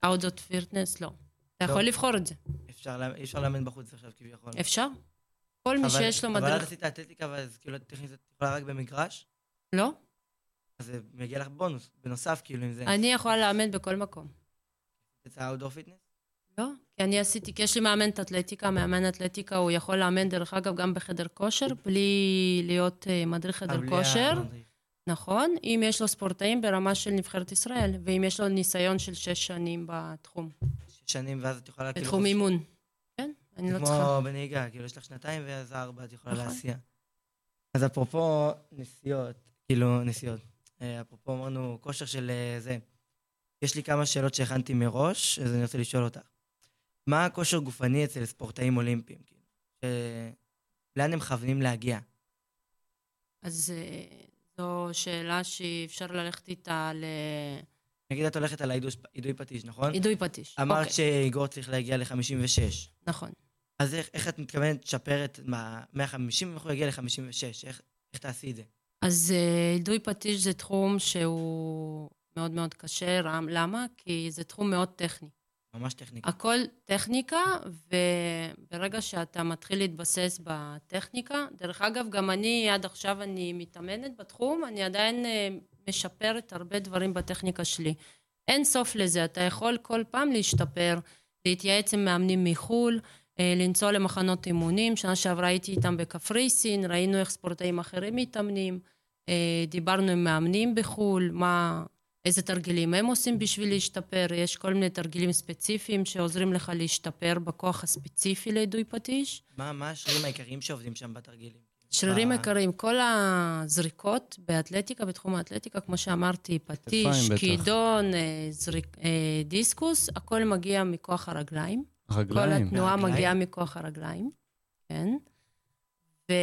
S5: אאוטדוט פירטנס, לא. אתה
S4: לא.
S5: יכול לבחור את זה.
S4: אפשר לה- אי אפשר לאמן בחוץ עכשיו כביכול.
S5: אפשר. כל מי
S4: אבל-
S5: שיש לו
S4: אבל את
S5: מדריך...
S4: עשית אתלטיקה, ואז כאילו טכנית את יכולה רק במגרש,
S5: לא.
S4: אז זה מגיע לך בונוס, בנוסף כאילו אם זה...
S5: אני יכולה לאמן בכל מקום.
S4: את האוטדור פיטנס?
S5: לא. כי אני עשיתי, כי יש לי מאמן אתלטיקה, מאמן אתלטיקה, הוא יכול לאמן, דרך אגב, גם בחדר כושר, בלי להיות אה, מדריך
S4: אה,
S5: חדר
S4: בלי
S5: כושר.
S4: המדריך.
S5: נכון, אם יש לו ספורטאים ברמה של נבחרת ישראל, ואם יש לו ניסיון של שש שנים בתחום,
S4: שש שנים, ואז את יכולה כאילו...
S5: בתחום אימון. כן, אני לא צריכה...
S4: כמו בנהיגה, כאילו יש לך שנתיים ואז ארבע את יכולה
S5: נכון.
S4: להסיע. אז אפרופו נסיעות, כאילו נסיעות, אה, אפרופו אמרנו כושר של אה, זה, יש לי כמה שאלות שהכנתי מראש, אז אני רוצה לשאול אותך. מה הכושר גופני אצל ספורטאים אולימפיים? כאילו? אה, לאן הם מכוונים להגיע?
S5: אז אה, זו שאלה שאפשר ללכת איתה
S4: נגיד את הולכת על העידוי פטיש, נכון?
S5: לעידוי פטיש.
S4: אמרת
S5: אוקיי,
S4: שאיגור צריך להגיע ל-56.
S5: נכון.
S4: אז איך, איך את מתכוונת לשפר את מה- 150 איך הוא יגיע ל-56? איך, איך תעשי את זה?
S5: אז אה, עידוי פטיש זה תחום שהוא מאוד מאוד קשה. רם- למה? כי זה תחום מאוד טכני.
S4: ממש טכניקה.
S5: הכל טכניקה, וברגע שאתה מתחיל להתבסס בטכניקה, דרך אגב, גם אני עד עכשיו אני מתאמנת בתחום, אני עדיין אה, משפרת הרבה דברים בטכניקה שלי. אין סוף לזה, אתה יכול כל פעם להשתפר, להתייעץ עם מאמנים מחו"ל, אה, לנסוע למחנות אימונים, שנה שעברה הייתי איתם בקפריסין, ראינו איך ספורטאים אחרים מתאמנים, אה, דיברנו עם מאמנים בחו"ל, מה, איזה תרגילים הם עושים בשביל להשתפר, יש כל מיני תרגילים ספציפיים שעוזרים לך להשתפר בכוח הספציפי לעידוי פטיש.
S4: מה, מה השרירים העיקריים שעובדים שם בתרגילים?
S5: שרירים
S4: אה.
S5: עיקריים, כל הזריקות באתלטיקה, בתחום האתלטיקה, כמו שאמרתי, פטיש,
S3: בטח.
S5: כידון, אה, זריק- אה, דיסקוס, הכל מגיע מכוח הרגליים. כל
S3: רגליים.
S5: התנועה
S4: מהרגליים?
S5: מגיעה מכוח הרגליים, כן. אה.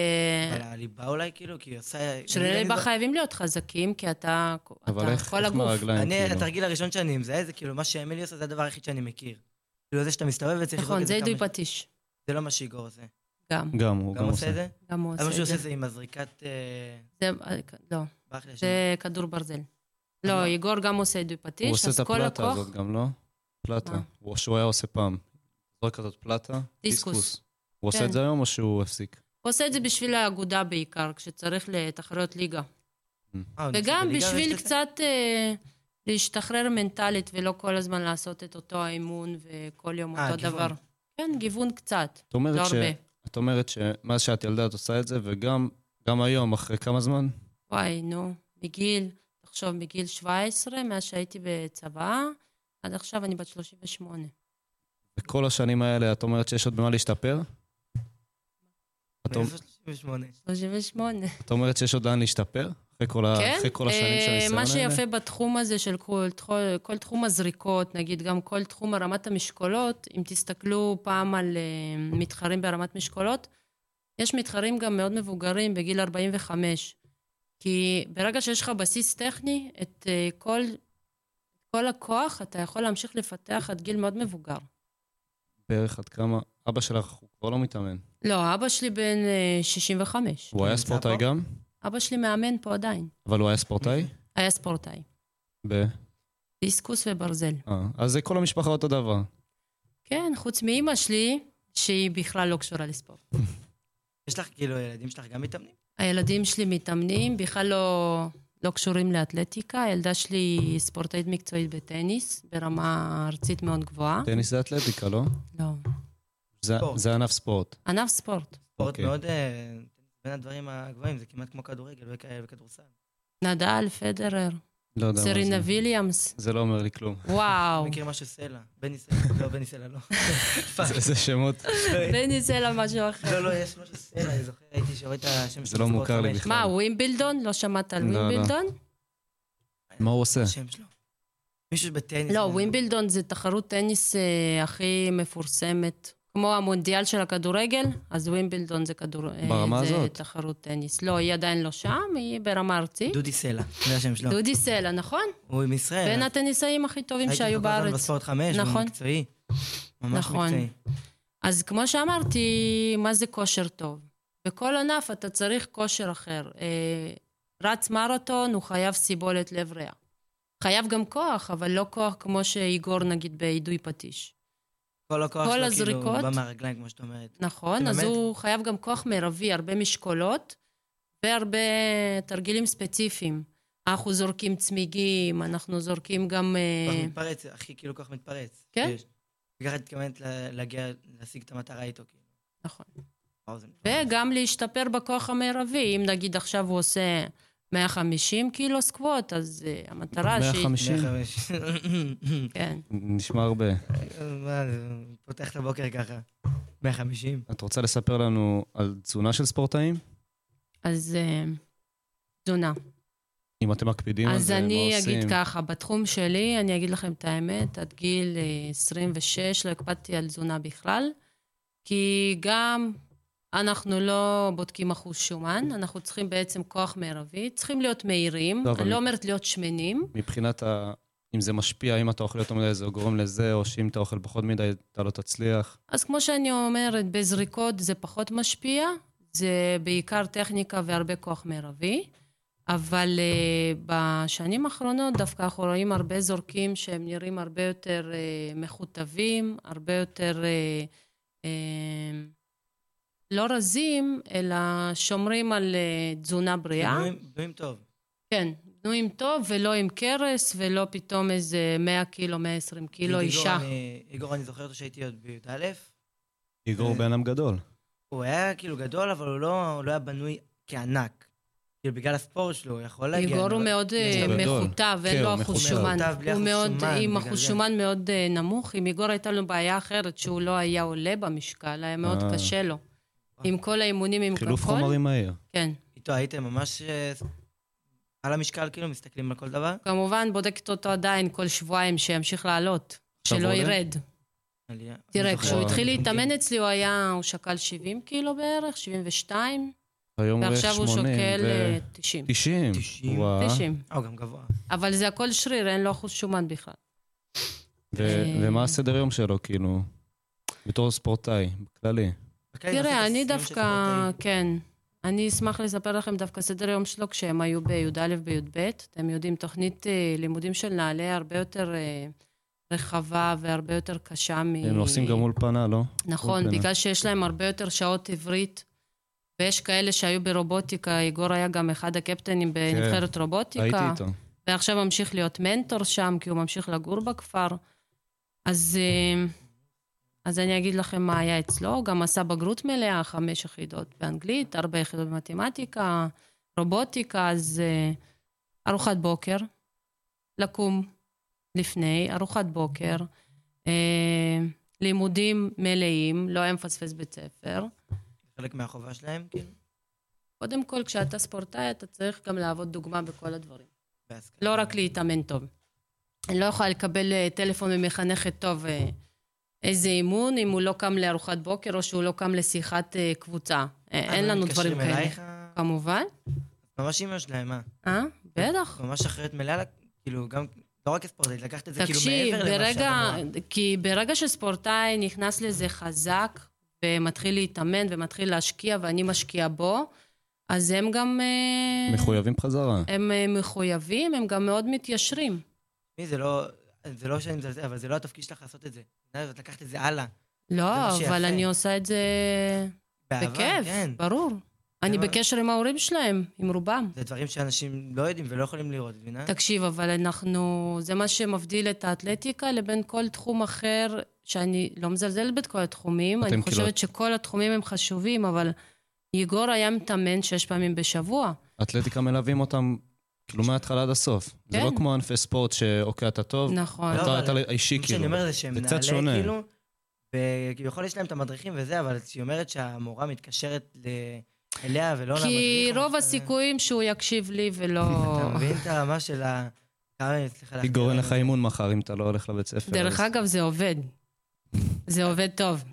S4: על הליבה אולי, כאילו? כי היא עושה... אני-
S5: ושרירי ליבה
S4: אני-
S5: חייבים להיות חזקים, כי אתה,
S3: אבל
S5: אתה
S3: איך,
S5: כל
S3: איך
S5: הגוף.
S3: מהרגליים,
S4: אני,
S3: כאילו?
S4: התרגיל הראשון שאני מזהה זה כאילו מה שאמילי עושה, זה הדבר היחיד שאני מכיר. כאילו זה שאתה מסתובב וצריך לזרוק
S5: נכון,
S4: את
S5: זה
S4: זה
S5: עידוי
S4: כמה...
S5: פטיש.
S4: זה לא מה שאיגור עושה.
S5: גם,
S3: גם, הוא
S4: גם עושה את זה?
S5: גם הוא
S4: אז מה שהוא
S5: עושה את
S4: עושה
S5: זה.
S4: זה עם הזריקת... אה,
S5: זה, לא,
S4: ברח לי השם.
S5: זה כדור ברזל. לא,
S4: מה?
S5: איגור גם עושה דו
S3: הוא
S5: פטיש,
S3: עושה את
S5: אז כל
S3: הפלטה
S5: הכוח...
S3: הזאת גם, לא? פלטה.
S5: מה?
S3: הוא- שהוא היה עושה פעם. זו כזאת פלטה,
S5: דיסקוס.
S3: דיסקוס. הוא עושה
S5: כן.
S3: את זה היום או שהוא הפסיק?
S5: הוא עושה את זה בשביל האגודה בעיקר, כשצריך לתחרויות ליגה.
S3: נכון,
S4: אה, הוא נמצא
S5: וגם
S4: בליגה ויש
S5: בשביל
S4: את זה?
S5: קצת אה, להשתחרר מנטלית ולא כל הזמן לעשות את אותו האימון וכל יום
S4: אה,
S5: אותו
S4: גיוון.
S5: דבר. כן, גיוון קצת,
S3: את אומרת
S5: לא
S3: ש-
S5: הרבה.
S3: את אומרת שמאז שאת ילדה את עושה את זה, וגם גם היום, אחרי כמה זמן?
S5: וואי, נו, מגיל, תחשוב, מגיל 17, מאז שהייתי בצבא, עד עכשיו אני בת 38.
S3: בכל השנים האלה את אומרת שיש עוד במה להשתפר? את אומ-
S4: מאיפה 38?
S5: 38.
S3: את אומרת שיש עוד לאן להשתפר? אחרי כל ה-
S5: כן,
S3: אחרי כל השנים של
S5: אה,
S3: הניסיון
S5: מה
S3: האלה?
S5: שיפה בתחום הזה של כל, תחו- כל תחום הזריקות, נגיד גם כל תחום הרמת המשקולות, אם תסתכלו פעם על אה, מתחרים ברמת משקולות, יש מתחרים גם מאוד מבוגרים בגיל 45. כי ברגע שיש לך בסיס טכני, את אה, כל, כל הכוח אתה יכול להמשיך לפתח עד גיל מאוד מבוגר.
S3: בערך עד כמה? אבא שלך הוא כבר לא מתאמן.
S5: לא, אבא שלי בן אה, 65.
S3: הוא היה
S4: נמצא
S3: ספורטאי
S4: פה?
S3: גם?
S5: אבא שלי מאמן פה עדיין.
S3: אבל הוא היה ספורטאי?
S5: היה ספורטאי.
S3: ב...
S5: דיסקוס וברזל.
S3: אה, אז זה כל המשפחה אותו דבר.
S5: כן, חוץ מאימא שלי, שהיא בכלל לא קשורה לספורט.
S4: יש לך, כאילו, הילדים שלך גם מתאמנים?
S3: אוקיי.
S5: הילדים שלי מתאמנים, בכלל לא, לא קשורים לאתלטיקה. הילדה שלי היא ספורטאית מקצועית בטניס, ברמה ארצית מאוד גבוהה.
S3: טניס זה אתלטיקה, לא?
S5: לא.
S3: זה-
S4: ספורט.
S3: זה ענף ספורט.
S5: ענף ספורט.
S4: ספורט
S3: אוקיי.
S4: מאוד... אה, בין הדברים הגבוהים, זה כמעט כמו כדורגל וכ- וכדורסל.
S5: נדל, פדרר,
S3: לא יודע מה זה.
S5: סרינה ויליאמס.
S3: זה לא אומר לי כלום.
S5: וואו.
S4: מכיר משהו סלע? בני סלע, לא, בני סלע לא. פאק.
S3: זה- זה שמות,
S5: בני זה לא משהו אחר.
S4: לא, לא, יש משהו סלע, אני זוכר, הייתי שרואה את השם
S3: זה
S4: שלו
S3: לא
S4: בספורט
S3: מוכר לי
S4: חמש.
S3: בכלל.
S5: מה, ווימבלדון? לא שמעת על
S3: לא, לא.
S5: ווימבלדון?
S3: מה הוא עושה?
S4: השם שלו. מישהו בטניס. אה,
S5: לא,
S4: אני-
S5: ווימבלדון זה תחרות טניס אה, הכי מפורסמת. כמו המונדיאל של הכדורגל, אז ווימבלדון זה כדור... אה,
S3: ברמה
S5: זה
S3: הזאת?
S5: תחרות טניס. לא, היא עדיין לא שם, היא ברמה ארצית.
S4: דודי לא. סלע, זה השם שלו.
S5: דודי סלע, נכון?
S4: הוא מישראל.
S5: בין הטניסאים הכי טובים שהיו
S4: הייתי איתו כל הזמן
S5: בארץ.
S4: בספורט חמש, הוא
S5: נכון.
S4: מקצועי. ממש
S5: נכון.
S4: מקצועי.
S5: אז כמו שאמרתי, מה זה כושר טוב? בכל ענף אתה צריך כושר אחר. אה, רץ מרתון, הוא חייב סיבולת לב ריאה. חייב גם כוח, אבל לא כוח כמו שאיגור נגיד בעידוי פטיש.
S4: כל הכוח
S5: כל
S4: שלו כאילו
S5: הזריקות.
S4: בא מהרגליים, כמו שאת אומרת.
S5: נכון, אז
S4: תלמד.
S5: הוא חייב גם כוח מרבי, הרבה משקולות והרבה תרגילים ספציפיים. אנחנו זורקים צמיגים, אנחנו זורקים גם...
S4: כוח
S5: אה,
S4: מתפרץ, הכי כאילו כוח מתפרץ.
S5: כן?
S4: שיש. וככה את מתכוונת לה- להגיע, להשיג את המטרה איתו, כאילו.
S5: נכון.
S4: וואו, זה מטורף.
S5: וגם להשתפר בכוח המרבי. אם נגיד עכשיו הוא עושה 150 קילו סקווט, אז uh, המטרה שהיא...
S3: 150?
S4: מאה חמש.
S5: כן.
S3: נשמע הרבה.
S4: מה זה, פותח את הבוקר ככה. 150.
S3: את רוצה לספר לנו על תזונה של ספורטאים?
S5: אז אה, תזונה.
S3: אם אתם מקפידים על
S5: אז
S3: זה, מה
S5: אני
S3: עושים?
S5: אגיד ככה, בתחום שלי, אני אגיד לכם את האמת, עד גיל אה, 26 לא הקפדתי על תזונה בכלל, כי גם אנחנו לא בודקים אחוז שומן, אנחנו צריכים בעצם כוח מרבי, צריכים להיות מהירים,
S3: לא, אבל-
S5: אני לא אומרת להיות שמנים,
S3: מבחינת ה... אם זה משפיע, אם אתה אוכל יותר מדי, זה גורם לזה, או שאם אתה אוכל פחות מדי, אתה לא תצליח.
S5: אז כמו שאני אומרת, בזריקות זה פחות משפיע, זה בעיקר טכניקה והרבה כוח מרבי, אבל uh, בשנים האחרונות דווקא אנחנו רואים הרבה זורקים שהם נראים הרבה יותר uh, מכותבים, הרבה יותר uh, uh, לא רזים, אלא שומרים על uh, תזונה בריאה.
S4: בנויים- בנויים טוב.
S5: כן, בנויים טוב ולא עם קרס ולא פתאום איזה 100 קילו, 120 קילו
S4: איגור,
S5: כאילו אישה.
S4: אני- איגור, אני זוכר אותו שהייתי עוד בי"א.
S3: איגור בן אדם גדול.
S4: הוא היה כאילו גדול, אבל הוא לא הוא לא היה בנוי כענק. כאילו, בגלל הספורט שלו, הוא יכול
S3: לא
S4: להגיע... לא
S5: איגור הוא
S4: אבל-
S5: מאוד אה,
S3: הוא גדול.
S5: מכותב,
S3: כן,
S5: אין לו
S3: הוא
S5: אחוז
S3: מכותב.
S5: שומן.
S4: מכותב בלי
S5: הוא
S4: אחוז
S5: מאוד,
S4: שומן,
S5: עם
S4: בגלל
S5: אחוז
S4: זה.
S5: שומן מאוד אה, נמוך. עם איגור הייתה לנו בעיה אחרת, שהוא לא היה עולה במשקל, היה מאוד
S3: אה.
S5: קשה לו. עם כל האימונים עם
S3: חילוף
S5: קרקול.
S3: חומרים מהיר.
S5: כן.
S4: אה, איתו הייתם ממש אה, על המשקל, כאילו, מסתכלים על כל דבר.
S5: כמובן, בודקת אותו עדיין כל שבועיים, שימשיך לעלות,
S3: עכשיו
S5: שלא
S3: הוא עולה? כן.
S5: ירד.
S4: עלייה.
S5: תראה,
S4: אני זוכר אה, כן.
S5: כשהוא
S4: אותו.
S5: התחיל להתאמן אצלי, הוא היה, הוא שקל 70 קילו בערך, 72,
S3: היום הוא
S5: ועכשיו הוא
S3: 80
S5: שוקל
S3: ו-
S5: אה, 90.
S3: 90.
S4: 90.
S3: וואו.
S5: 90.
S4: אה, הוא גם גבוה.
S5: אבל זה הכל שריר, אין לו אחוז שומן בכלל.
S3: ו-
S5: אה.
S3: ומה הסדר יום שלו, כאילו? בתור ספורטאי, בכללי.
S4: בקיץ
S5: תראה,
S4: עשית
S5: אני
S4: סיום של
S5: דווקא,
S4: ספורטאי.
S5: כן. אני אשמח לספר לכם דווקא סדר יום שלו כשהם היו בי"א בי"ב. אתם יודעים, תוכנית אה, לימודים של נעל"ה הרבה יותר אה, רחבה והרבה יותר קשה מ...
S3: הם עושים גם אולפנה, לא?
S5: נכון,
S3: אולפנה.
S5: בגלל שיש להם הרבה יותר שעות עברית, ויש כאלה שהיו ברובוטיקה, איגור היה גם אחד הקפטנים בנבחרת רובוטיקה.
S3: הייתי כן. איתו.
S5: ועכשיו ממשיך להיות מנטור שם, כי הוא ממשיך לגור בכפר. אז, אה, אז אני אגיד לכם מה היה אצלו. הוא גם עשה בגרות מלאה, חמש יחידות באנגלית, ארבע יחידות במתמטיקה, רובוטיקה, אז אה, ארוחת בוקר, לקום לפני, ארוחת בוקר, אה, לימודים מלאים, לא היה מפספס בית ספר.
S4: חלק מהחובה שלהם, כאילו.
S5: קודם כל, כשאתה ספורטאי, אתה צריך גם להוות דוגמה בכל הדברים.
S4: בהשכלה.
S5: לא רק להתאמן טוב. אני לא יכולה לקבל אה, טלפון ממחנכת טוב אה, איזה אימון, אם הוא לא קם לארוחת בוקר או שהוא לא קם לשיחת אה, קבוצה. אה,
S4: אה,
S5: אין לנו דברים
S4: מתקשרים
S5: כאלה.
S4: אלייך, אה?
S5: כמובן.
S4: ממש אימא שלהם, אה?
S5: אה? בטח.
S4: ממש אחריות מלאה, לה- כאילו, גם, לא רק כספורטאית, לקחת את זה כאילו
S5: תקשיב,
S4: מעבר למה שאת
S5: ברגע,
S4: אמורה.
S5: כי ברגע שספורטאי נכנס לזה חזק ומתחיל להתאמן ומתחיל להשקיע ואני משקיעה בו, אז הם גם... אה,
S3: מחויבים חזרה.
S5: הם אה, מחויבים, הם גם מאוד מתיישרים.
S4: מי, זה לא, זה לא שאני מזלזל, אבל זה לא התפקיד שלך לעשות את זה. את יודעת, את לקחת את זה הלאה. מה
S5: לא,
S4: שיפה.
S5: אבל אני עושה את זה...
S4: באהבה,
S5: בכיף,
S4: כן. לא-
S5: ברור. אני
S4: מה-
S5: בקשר עם ההורים שלהם, עם רובם.
S4: זה דברים שאנשים לא יודעים ולא יכולים לראות, את מבינה?
S5: תקשיב, אבל אנחנו... זה מה שמבדיל את האתלטיקה לבין כל תחום אחר, שאני לא מזלזלת בכל התחומים.
S3: אתם
S5: אני
S3: כאילו-
S5: חושבת שכל התחומים הם חשובים, אבל איגור היה מתאמן שש פעמים בשבוע.
S3: אתלטיקה מלווים אותם, כאילו, מההתחלה עד הסוף. זה לא
S5: כן.
S3: כמו ענפי ספורט שאוקיי, אתה טוב,
S5: נכון.
S4: לא,
S3: אתה
S4: אבל-
S3: אתה אישי,
S4: מה שאני
S3: כאילו.
S4: אומר זה שהם
S3: זה קצת שונה.
S4: נעלה, כאילו, וכביכול יש להם את המדריכים וזה, אבל כשהיא אומרת שהמורה מתקשרת ל- אליה ולא למדריך...
S5: כי
S4: או
S5: רוב
S4: משהו
S5: הסיכויים שהוא יקשיב לי ולא...
S4: כזה, אתה מבין את הרמה של ה... כמה אני
S3: היא
S4: מצליחה להחדיר
S3: גורם
S4: להם
S3: לך
S4: את זה?
S3: אימון מחר אם אתה לא הולך לבית ספר.
S5: דרך
S3: אז-
S5: אגב, זה עובד. זה עובד טוב.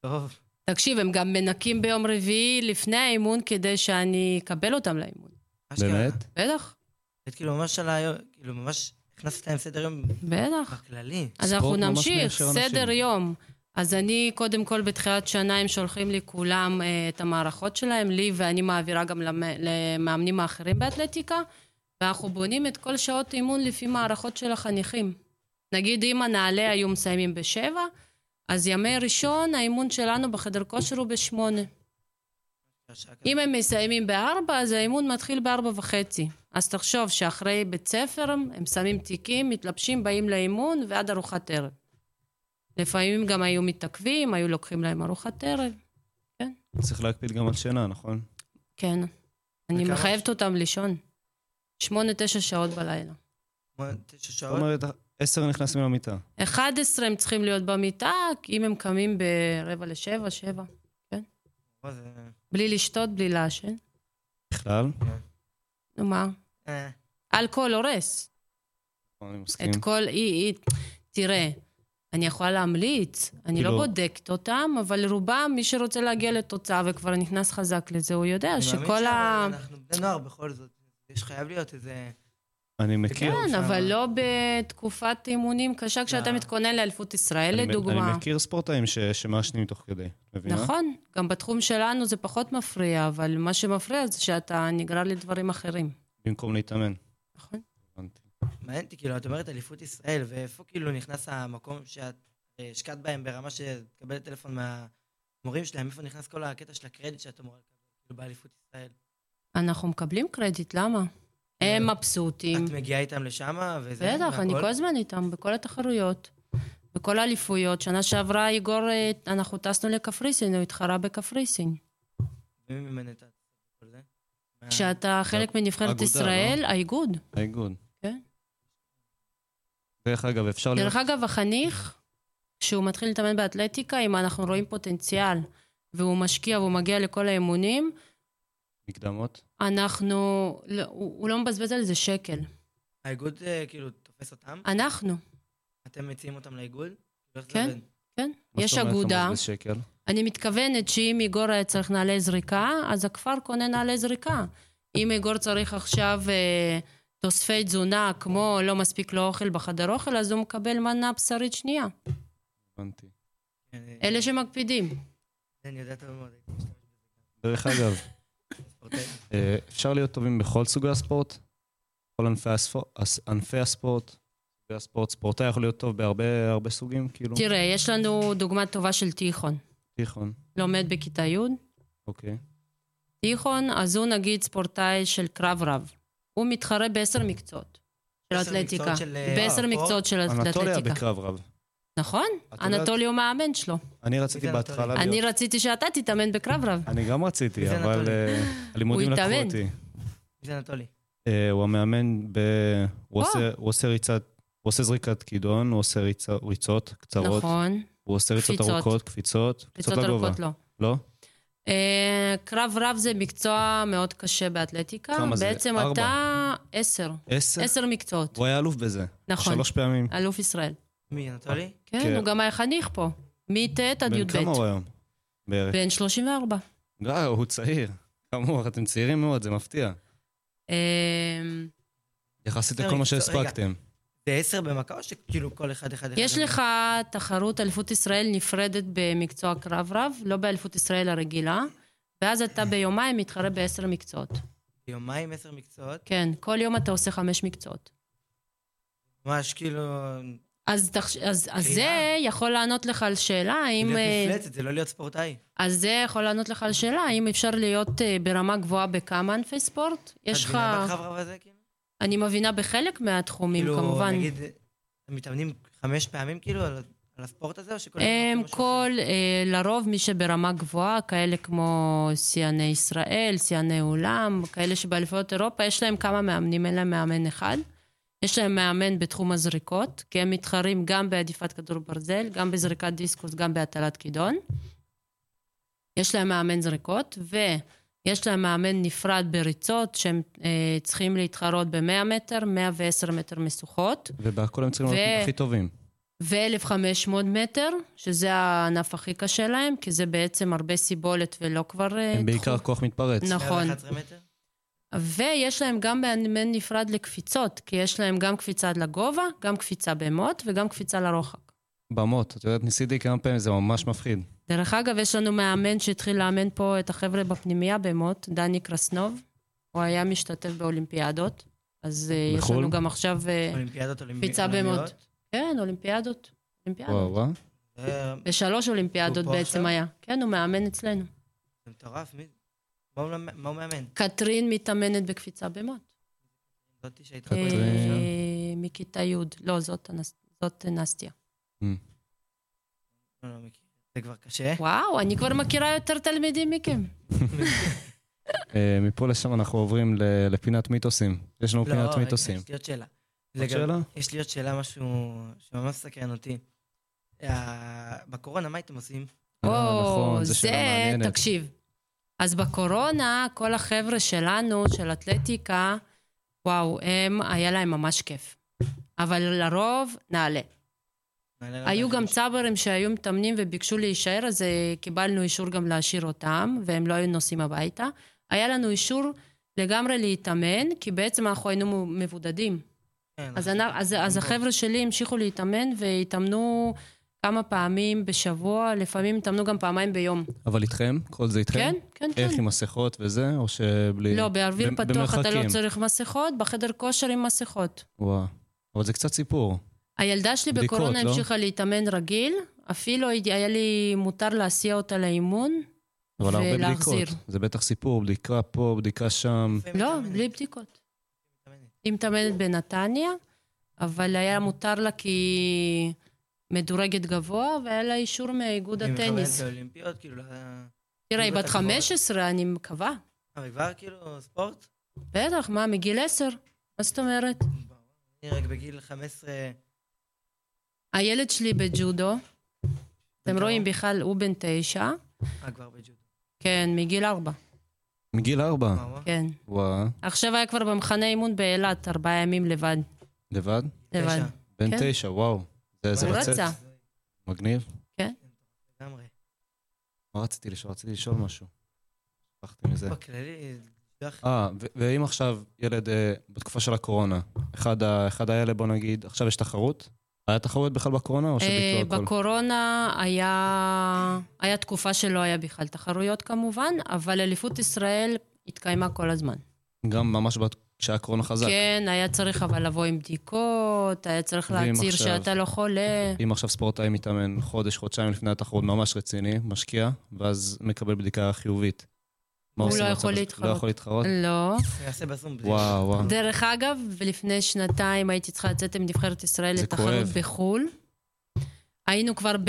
S4: טוב,
S5: תקשיב, הם גם מנקים ביום רביעי לפני האימון כדי שאני אקבל אותם לאימון.
S4: אשכרה.
S3: באמת?
S5: בטח,
S4: את כאילו ממש על היום, כאילו ממש הכנסת להם סדר יום
S5: בטח.
S4: בכללי.
S5: אז
S3: ספורט
S5: אנחנו
S3: ממש
S5: נמשיך,
S3: מיישר אנשים.
S5: סדר יום. אז אני, קודם כל, בתחילת שנה, הם שולחים לי כולם אה, את המערכות שלהם, לי, ואני מעבירה גם למ- למאמנים האחרים באתלטיקה, ואנחנו בונים את כל שעות אימון לפי מערכות של החניכים. נגיד, אם הנעלי היו מסיימים בשבע, אז ימי ראשון, האימון שלנו בחדר כושר הוא בשמונה. אם הם מסיימים בארבע, אז האימון מתחיל בארבע וחצי. אז תחשוב שאחרי בית ספר, הם שמים תיקים, מתלבשים, באים לאימון, ועד ארוחת ערב. לפעמים גם היו מתעכבים, היו לוקחים להם ארוחת ערב.
S3: צריך להקפיד גם על שינה, נכון?
S4: לא.
S5: כן. אני
S4: וכמה-
S5: מחייבת אותם לישון. שמונה, תשע שעות בלילה.
S4: כמו תשע
S3: זאת
S4: שעות,
S3: אומרת, עשר נכנסים למיטה.
S5: 11 הם צריכים להיות במיטה, אם הם קמים ברבע לשבע, שבע.
S4: מה זה...
S5: בלי לשתות, בלי לעשן.
S3: בכלל?
S5: נו מה?
S4: אה,
S5: אלכוהול הורס.
S3: אני מסכים.
S5: את כל... היא, היא, תראה, אני יכולה להמליץ, אני לא
S3: כאילו-
S5: בודקת אותם, אבל רובם, מי שרוצה להגיע לתוצאה וכבר נכנס חזק לזה, הוא יודע
S4: אני מאמין
S5: שכל ה...
S4: שאנחנו בני נוער בכל זאת. יש חייב להיות איזה...
S3: אני מכיר.
S5: כן,
S4: שם.
S5: אבל לא בתקופת אימונים קשה כשאתה
S4: לא.
S5: מתכונן לאליפות ישראל,
S3: אה. אני מ- אני
S5: לדוגמה.
S3: מכיר אה? ספורטאים ש- שמעשנים תוך כדי. את מבינה?
S5: נכון, גם בתחום שלנו זה פחות מפריע, אבל מה שמפריע זה שאתה נגרר לדברים אחרים,
S3: במקום להתאמן.
S5: נכון?
S3: הבנתי.
S4: מעניין אותי, כאילו, את אומרת אליפות ישראל, ואיפה כאילו נכנס המקום שאת אה, השקעת בהם ברמה שתקבלת טלפון מהמורים שלהם? איפה נכנס כל הקטע של הקרדיט שאת אמורה לקבל כאילו, באליפות ישראל?
S5: אנחנו מקבלים קרדיט, למה? הם מבסוטים.
S4: את מגיעה איתם לשם, וזה...
S5: בטח, אני
S4: והכל?
S5: כל הזמן איתם, בכל התחרויות, בכל האליפויות. שנה שעברה, איגור, אה, אנחנו טסנו לקפריסין, הוא התחרה בקפריסין.
S3: כן.
S4: מי מממן את כל זה? מה-
S5: כשאתה חלק מנבחרת
S3: אגודה, לא?
S5: ישראל, האיגוד.
S3: האיגוד.
S5: כן.
S3: דרך אגב, אפשר לראות...
S5: דרך אגב, החניך, כשהוא מתחיל להתאמן באתלטיקה, אם אנחנו רואים פוטנציאל, והוא משקיע והוא מגיע לכל האימונים,
S3: מקדמות.
S5: אנחנו, לא- הוא הוא לא מבזבז על זה שקל.
S4: האיגוד אה, כאילו תופס אותם?
S5: אנחנו,
S4: אתם מציעים אותם לאיגוד? איך זה
S5: כן.
S4: עובד?
S5: כן?
S3: מה
S5: יש
S3: זאת אומרת,
S5: אגודה.
S3: 15 שקל?
S5: אני מתכוונת שאם איגור היה צריך נעלי זריקה, אז הכפר קונה נעלי זריקה. אם איגור צריך עכשיו אה, תוספי תזונה, כמו לא מספיק לו אוכל בחדר אוכל, אז הוא מקבל מנה בשרית שנייה.
S3: הבנתי.
S4: אה,
S5: אלה שמקפידים.
S4: אני יודע טוב מאוד. הייתי
S3: דרך אגב,
S4: ספורטאי.
S3: אה, אפשר להיות טובים בכל סוגי הספורט, בכל ענפי הספורט, ענפי הספורט, סוגי הספורט. ספורטאי יכול להיות טוב בהרבה הרבה סוגים, כאילו.
S5: תראה, יש לנו דוגמה טובה של תיכון.
S3: תיכון,
S5: לומד בכיתה י',
S3: אוקיי.
S5: תיכון, אז הוא נגיד ספורטאי של קרב רב. הוא מתחרה בעשר מקצועות של
S4: עשר
S5: אתלטיקה.
S4: מקצועות של, אה,
S5: בעשר
S4: אה,
S5: מקצועות של
S3: אנטוליה
S5: אתלטיקה.
S3: בקרב רב.
S5: נכון?
S3: את יודעת-
S5: אנטולי הוא מאמן שלו.
S3: אני רציתי
S4: מי זה
S3: בהתחלה
S4: אנטוליה?
S3: להיות...
S5: אני רציתי שאתה תתאמן בקרב רב.
S3: אני גם רציתי,
S4: מי זה
S3: אבל
S4: אנטוליה?
S3: אה, הלימודים
S5: הוא
S3: לקחו
S5: התאמן.
S3: אותי.
S4: זה אנטולי.
S3: אה, הוא המאמן ב... הוא
S5: או.
S3: עושה- הוא עושה ריצת... הוא עושה זריקת כידון, הוא עושה ריצה- ריצות קצרות,
S5: נכון.
S3: הוא עושה ריצות
S5: קפיצות.
S3: ארוכות, קפיצות,
S5: ריצות
S3: קפיצות לגובה.
S5: ארוכות לא.
S3: לא?
S5: אה, קרב רב זה מקצוע מאוד קשה באתלטיקה.
S3: כמה זה?
S5: בעצם
S3: ארבע?
S5: אתה עשר.
S3: עשר?
S5: עשר מקצועות.
S3: הוא היה אלוף בזה.
S5: נכון.
S3: שלוש פעמים.
S5: אלוף ישראל.
S4: מי, אנטולי?
S5: כן,
S3: כן.
S5: הוא גם היה חניך פה. מט' עד
S3: בן
S5: י"ב.
S3: כמה הוא היום? בערך.
S5: בן 34.
S3: לא, הוא צעיר. כמוך, אתם צעירים מאוד, זה מפתיע.
S5: אה,
S3: יחסית
S4: רגע,
S3: לכל מה
S4: רגע.
S3: שהספקתם.
S4: זה עשר במכה או שכאילו כל אחד אחד אחד?
S5: יש לך תחרות אליפות ישראל נפרדת במקצוע קרב רב, לא באליפות ישראל הרגילה, ואז אתה ביומיים מתחרה בעשר מקצועות.
S4: יומיים עשר מקצועות?
S5: כן, כל יום אתה עושה חמש מקצועות.
S4: ממש כאילו...
S5: אז, תחש... אז, אז
S3: אוקיי.
S4: קריאה.
S5: זה יכול לענות לך על שאלה האם... אה,
S4: להיות מפלצת, זה לא להיות ספורטאי.
S5: אז זה יכול לענות לך על שאלה האם אפשר להיות אה, ברמה גבוהה בכמה ענפי ספורט? יש
S4: את
S5: לך...
S4: מבינה בקרב רב הזה, כאילו?
S5: אני מבינה בחלק מהתחומים, כמובן.
S4: כאילו, נגיד, אתם מתאמנים חמש פעמים כאילו על על הספורט הזה, או שכל... אחד עושה
S5: הם
S4: משהו
S5: כל, אה, לרוב מי שברמה גבוהה, כאלה כמו שיאני ישראל, שיאני עולם, כאלה שבאליפויות אירופה, יש להם כמה מאמנים, אין להם מאמן אחד. יש להם מאמן בתחום הזריקות, כי הם מתחרים גם בעדיפת כדור ברזל, גם בזריקת דיסקוס, גם בהטלת כידון. יש להם מאמן זריקות, ויש להם מאמן נפרד בריצות, שהם אה, צריכים להתחרות ב-100 מטר, 110 מטר משוכות.
S3: ובהכל הם צריכים
S5: ו-
S3: להיות הכי טובים.
S5: ו-1500 מטר, שזה הענף הכי קשה להם, כי זה בעצם הרבה סיבולת ולא כבר... אה,
S3: הם בעיקר
S5: תחום.
S3: כוח מתפרץ.
S5: נכון.
S4: אחר. 111 מטר?
S5: ויש להם גם מאמן נפרד לקפיצות, כי יש להם גם קפיצה עד לגובה, גם קפיצה במוט וגם קפיצה לרוחק.
S3: במות, את יודעת, ניסיתי כמה פעמים, זה ממש מפחיד.
S5: דרך אגב, יש לנו מאמן שהתחיל לאמן פה את החבר'ה בפנימייה במוט, דני קרסנוב. הוא היה משתתף באולימפיאדות, אז אה, יש
S3: בחו"ל?
S5: לנו גם עכשיו... אה,
S4: אולימפיאדות, אולימפ-
S5: קפיצה
S4: אולימיות.
S5: במוט. כן, אולימפיאדות.
S3: וואו,
S5: אולימפיאדות.
S3: וואו.
S4: זה
S5: בשלוש אולימפיאדות
S4: הוא פה
S5: בעצם
S4: עכשיו?
S5: היה. כן, הוא מאמן אצלנו.
S4: זה מטורף, מי... מה הוא למ- מה הוא מאמן?
S5: קטרין מתאמנת בקפיצה במוט.
S4: זאתי שהייתה...
S3: קטרין.
S4: בו-
S5: אה, מכיתה י'. לא, זאת אנס- זאת נסטיה.
S4: לא, לא מכיר. זה כבר קשה. לא,
S5: וואו, אני כבר מכירה יותר תלמידים מכם.
S3: אה, מפה לשם אנחנו עוברים ל- לפינת מיתוסים. יש לנו
S4: לא,
S3: פינת
S4: רגע,
S3: מיתוסים.
S4: יש לי עוד שאלה.
S3: אוקיי, עוד
S4: לגב-
S3: שאלה?
S4: יש לי עוד שאלה, משהו שממש סקרן אותי. ה- בקורונה, מה הייתם עושים?
S3: אה, נכון, זו
S5: זה,
S3: שאלה מעניינת.
S5: תקשיב. אז בקורונה, כל החבר'ה שלנו, של אתלטיקה, וואו, הם, היה להם ממש כיף. אבל לרוב, נעלה. היו גם צברים שהיו מתאמנים וביקשו להישאר, אז אה, קיבלנו אישור גם להשאיר אותם, והם לא היו נוסעים הביתה. היה לנו אישור לגמרי להתאמן, כי בעצם אנחנו היינו מבודדים.
S4: כן,
S5: אז, אני, אז, אז החבר'ה שלי המשיכו להתאמן והתאמנו כמה פעמים בשבוע, לפעמים התאמנו גם פעמיים ביום.
S3: אבל איתכם? כל זה איתכם?
S5: כן, כן, כן.
S3: אוקיי. איך עם מסכות וזה, או שבלי...
S5: לא, באוויר
S3: במ-
S5: פתוח אתה לא
S3: במרחקים.
S5: צריך מסכות, בחדר כושר עם מסכות.
S3: וואו. אבל זה קצת סיפור.
S5: הילדה שלי
S3: בדיקות,
S5: בקורונה
S3: לא?
S5: המשיכה להתאמן רגיל, אפילו היה לי מותר להסיע אותה לאימון.
S3: אבל הרבה
S5: ולהחזיר.
S3: בדיקות. זה בטח סיפור, בדיקה פה, בדיקה שם.
S4: נכון.
S5: לא, בלי בדיקות. היא מתאמנת בנתניה, אבל היה מותר לה כי היא מדורגת גבוה, והיה לה אישור מאיגוד
S4: היא
S5: הטניס.
S4: מכוונת לאולימפיאד, כאילו, ל-
S5: תראה, היא
S4: מכוונת
S5: בת
S4: לגבוה.
S5: 15, אני מקווה.
S4: אה, היא כבר כאילו ספורט?
S5: בטח, מה, מגיל 10? מה זאת אומרת?
S4: אני רק בגיל 15...
S5: הילד שלי בג'ודו, אתם
S4: כמה?
S5: רואים בכלל, הוא בן תשע.
S4: אה, כבר בג'ודו.
S5: כן, מגיל ארבע,
S3: מגיל ארבע.
S4: וואו, וואו.
S5: כן.
S3: וואו.
S5: עכשיו היה כבר במחנה אימון באילת, ארבעה ימים לבד.
S3: לבד?
S5: לבד.
S4: תשע,
S3: בן
S5: כן.
S3: תשע, וואו. זה איזה
S5: הוא
S3: לצאת.
S5: רצה.
S3: מגניב.
S4: לגמרי.
S3: מה רציתי לשאול? רציתי לשאול משהו. שכחתי מזה.
S4: בכללי, דרך-
S3: אה, ו- ואם עכשיו ילד אה, בתקופה של הקורונה, אחד, ה- אחד האלה, בוא נגיד, עכשיו יש תחרות? היה תחרות בכלל בקורונה או
S5: אה,
S3: שביטלו הכל?
S5: בקורונה היה, היה תקופה שלא היה בכלל תחרויות כמובן, אבל אליפות ישראל התקיימה כל הזמן.
S3: גם ממש בת- כשהיה קורונה חזק.
S5: כן, היה צריך אבל לבוא עם בדיקות, היה צריך
S3: ואם
S5: להצהיר
S3: עכשיו?
S5: שאתה לא חולה.
S3: אם עכשיו ספורטאי מתאמן חודש, חודשיים לפני התחרות, ממש רציני, משקיע, ואז מקבל בדיקה חיובית. מה
S5: הוא
S3: עושים
S5: לא
S3: במצב
S5: יכול
S3: הזה?
S5: להתחרות.
S3: לא יכול להתחרות?
S5: לא.
S4: אני אעשה בזום. בלי-
S3: וואו, וואו.
S5: דרך אגב, לפני שנתיים הייתי צריכה לצאת עם נבחרת ישראל
S3: זה
S5: לתחרות
S3: כואב.
S5: בחו"ל. היינו כבר ב-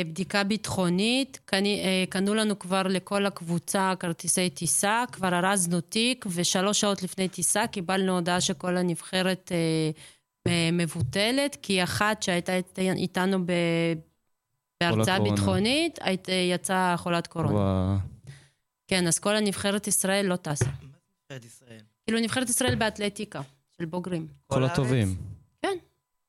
S5: בבדיקה ביטחונית, קני- אה, קנו לנו כבר לכל הקבוצה כרטיסי טיסה, כבר ארזנו תיק, ושלוש שעות לפני טיסה קיבלנו הודעה שכל הנבחרת אה, אה, מבוטלת, כי אחת שהייתה אית- איתנו ב- בהרצאה
S3: קורונה.
S5: ביטחונית, היית- אה, יצאה חולת קורונה.
S3: וואו.
S5: כן, אז כל הנבחרת ישראל לא טסה.
S4: נבחרת ישראל.
S5: כאילו, נבחרת ישראל באתלטיקה, של בוגרים.
S3: כל
S4: הארץ?
S3: הטובים.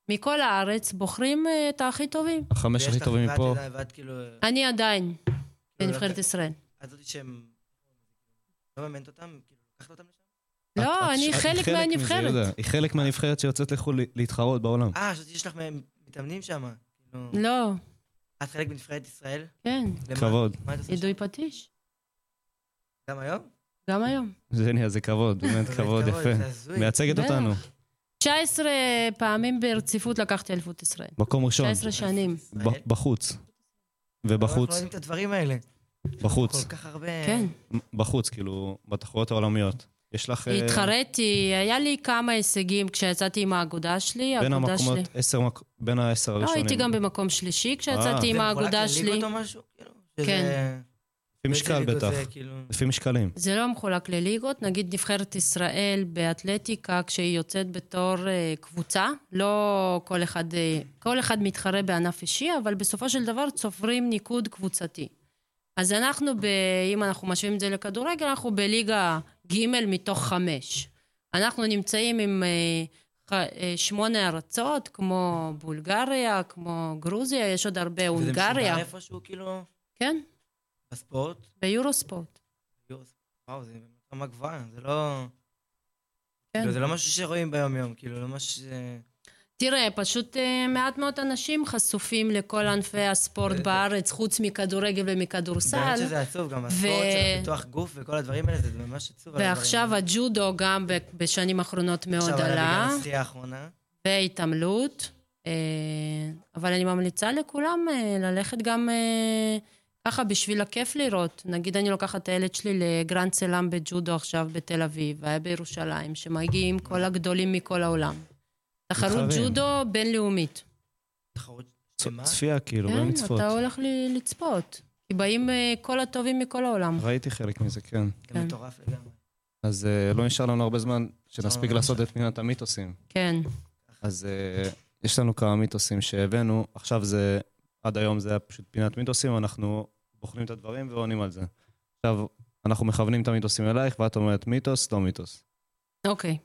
S5: מכל הארץ בוחרים אה, את הכי טובים.
S3: החמש
S4: ויש
S3: הכי
S4: לך
S3: טובים
S4: ואת
S3: מפה.
S4: יודעת, ואת כאילו...
S5: אני עדיין
S4: כאילו
S5: בנבחרת
S4: לקחת-
S5: ישראל.
S4: את זאת שהם... לא מממנת אותם? כאילו, לקחת אותם לשם?
S3: את- את-
S5: לא, אני
S3: את
S5: חלק
S3: מזה,
S5: מהנבחרת.
S3: יהודה. היא חלק מהנבחרת שיוצאת לחו"ל להתחרות בעולם.
S4: אה, זאת יש לך מהם מתאמנים שם. כאילו,
S5: לא,
S4: את חלק מנבחרת ישראל?
S5: כן.
S4: למה-
S3: כבוד.
S4: מה את עושה שם?
S5: עידוי פטיש,
S4: גם היום?
S5: גם היום.
S3: זניה, זה כבוד, באמת כבוד,
S4: זה
S3: יפה.
S4: הזוי.
S3: מייצגת
S5: בטח.
S3: אותנו.
S5: 19 פעמים ברציפות לקחתי אליפות ישראל.
S3: מקום ראשון.
S5: 19 שנים.
S4: ישראל?
S3: ב- בחוץ.
S4: אנחנו
S3: ובחוץ,
S4: אה? לא יודעים את הדברים האלה.
S3: בחוץ,
S4: כל כך הרבה...
S5: כן.
S3: בחוץ, כאילו, בתחרויות העולמיות. יש לך... אה,
S5: התחרתי, היה לי כמה הישגים כשיצאתי עם האגודה שלי.
S3: בין
S5: האגודה שלי.
S3: המקומות, עשר מק- בין העשר
S5: לא,
S3: הראשונים.
S5: הייתי גם במקום שלישי
S3: אה.
S5: כשיצאתי עם
S4: זה
S5: האגודה
S4: מחולק
S5: שלי.
S4: לליגות או משהו? כאילו, שזה-
S5: כן.
S3: לפי
S4: באיזה
S3: משקל
S4: ליגות
S3: בטח.
S4: זה, כאילו?
S3: לפי משקלים.
S5: זה לא מחולק לליגות, נגיד נבחרת ישראל באתלטיקה, כשהיא יוצאת בתור אה, קבוצה, לא כל אחד, אה, כל אחד מתחרה בענף אישי, אבל בסופו של דבר צוברים ניקוד קבוצתי. אז אנחנו, ב, אם אנחנו משווים את זה לכדורגל, אנחנו בליגה ג' מתוך חמש. אנחנו נמצאים עם אה, ח, אה, שמונה ארצות, כמו בולגריה, כמו גרוזיה, יש עוד הרבה,
S4: וזה
S5: הונגריה.
S4: משודר איפשהו, כאילו,
S5: כן,
S4: בספורט?
S5: ביורוספורט.
S4: יוס, וואו, זה באמת רמה גבוהה, זה לא...
S5: כן.
S4: כאילו, זה לא משהו שרואים ביום-יום, כאילו, לא משהו ש...
S5: תראה, פשוט אה, מעט מאוד אנשים חשופים לכל ענפי הספורט
S4: בטח.
S5: בארץ, חוץ מכדורגל
S4: באמת
S5: ומכדורסל.
S4: שזה עצוב, גם הספורט של
S5: ו-
S4: הפיתוח גוף וכל הדברים האלה, זה ממש עצוב. על הדברים
S5: ועכשיו
S4: האלה.
S5: הג'ודו גם ב- בשנים האחרונות מאוד
S4: עכשיו עלה
S5: עלה,
S4: בגלל השחייה האחרונה.
S5: והתעמלות. אה, אבל אני ממליצה לכולם אה, ללכת גם אה, ככה בשביל הכיף לראות. נגיד אני לוקחת את הילד שלי לגרנד סלאם בג'ודו עכשיו בתל אביב, והיה בירושלים, שמגיעים כל הגדולים מכל העולם. תחרות
S3: מתחרים.
S5: ג'ודו בינלאומית.
S4: תחרות
S3: צ-
S4: שמה?
S3: צפייה, כאילו, לא
S5: כן,
S3: לצפות.
S5: אתה הולך ל- לצפות. כי באים אה, כל הטובים מכל העולם.
S3: ראיתי חלק מזה, כן.
S4: זה מטורף לגמרי.
S3: אז אה, לא נשאר לנו הרבה זמן שנספיק
S4: לא
S3: לעשות את פינת המיתוסים.
S5: כן.
S3: אז אה, יש לנו כמה מיתוסים שהבאנו, עכשיו זה, עד היום זה היה פשוט פינת מיתוסים, אנחנו בוחנים את הדברים ועונים על זה. עכשיו, אנחנו מכוונים את המיתוסים אלייך, ואת אומרת מיתוס, לא מיתוס.
S5: אוקיי.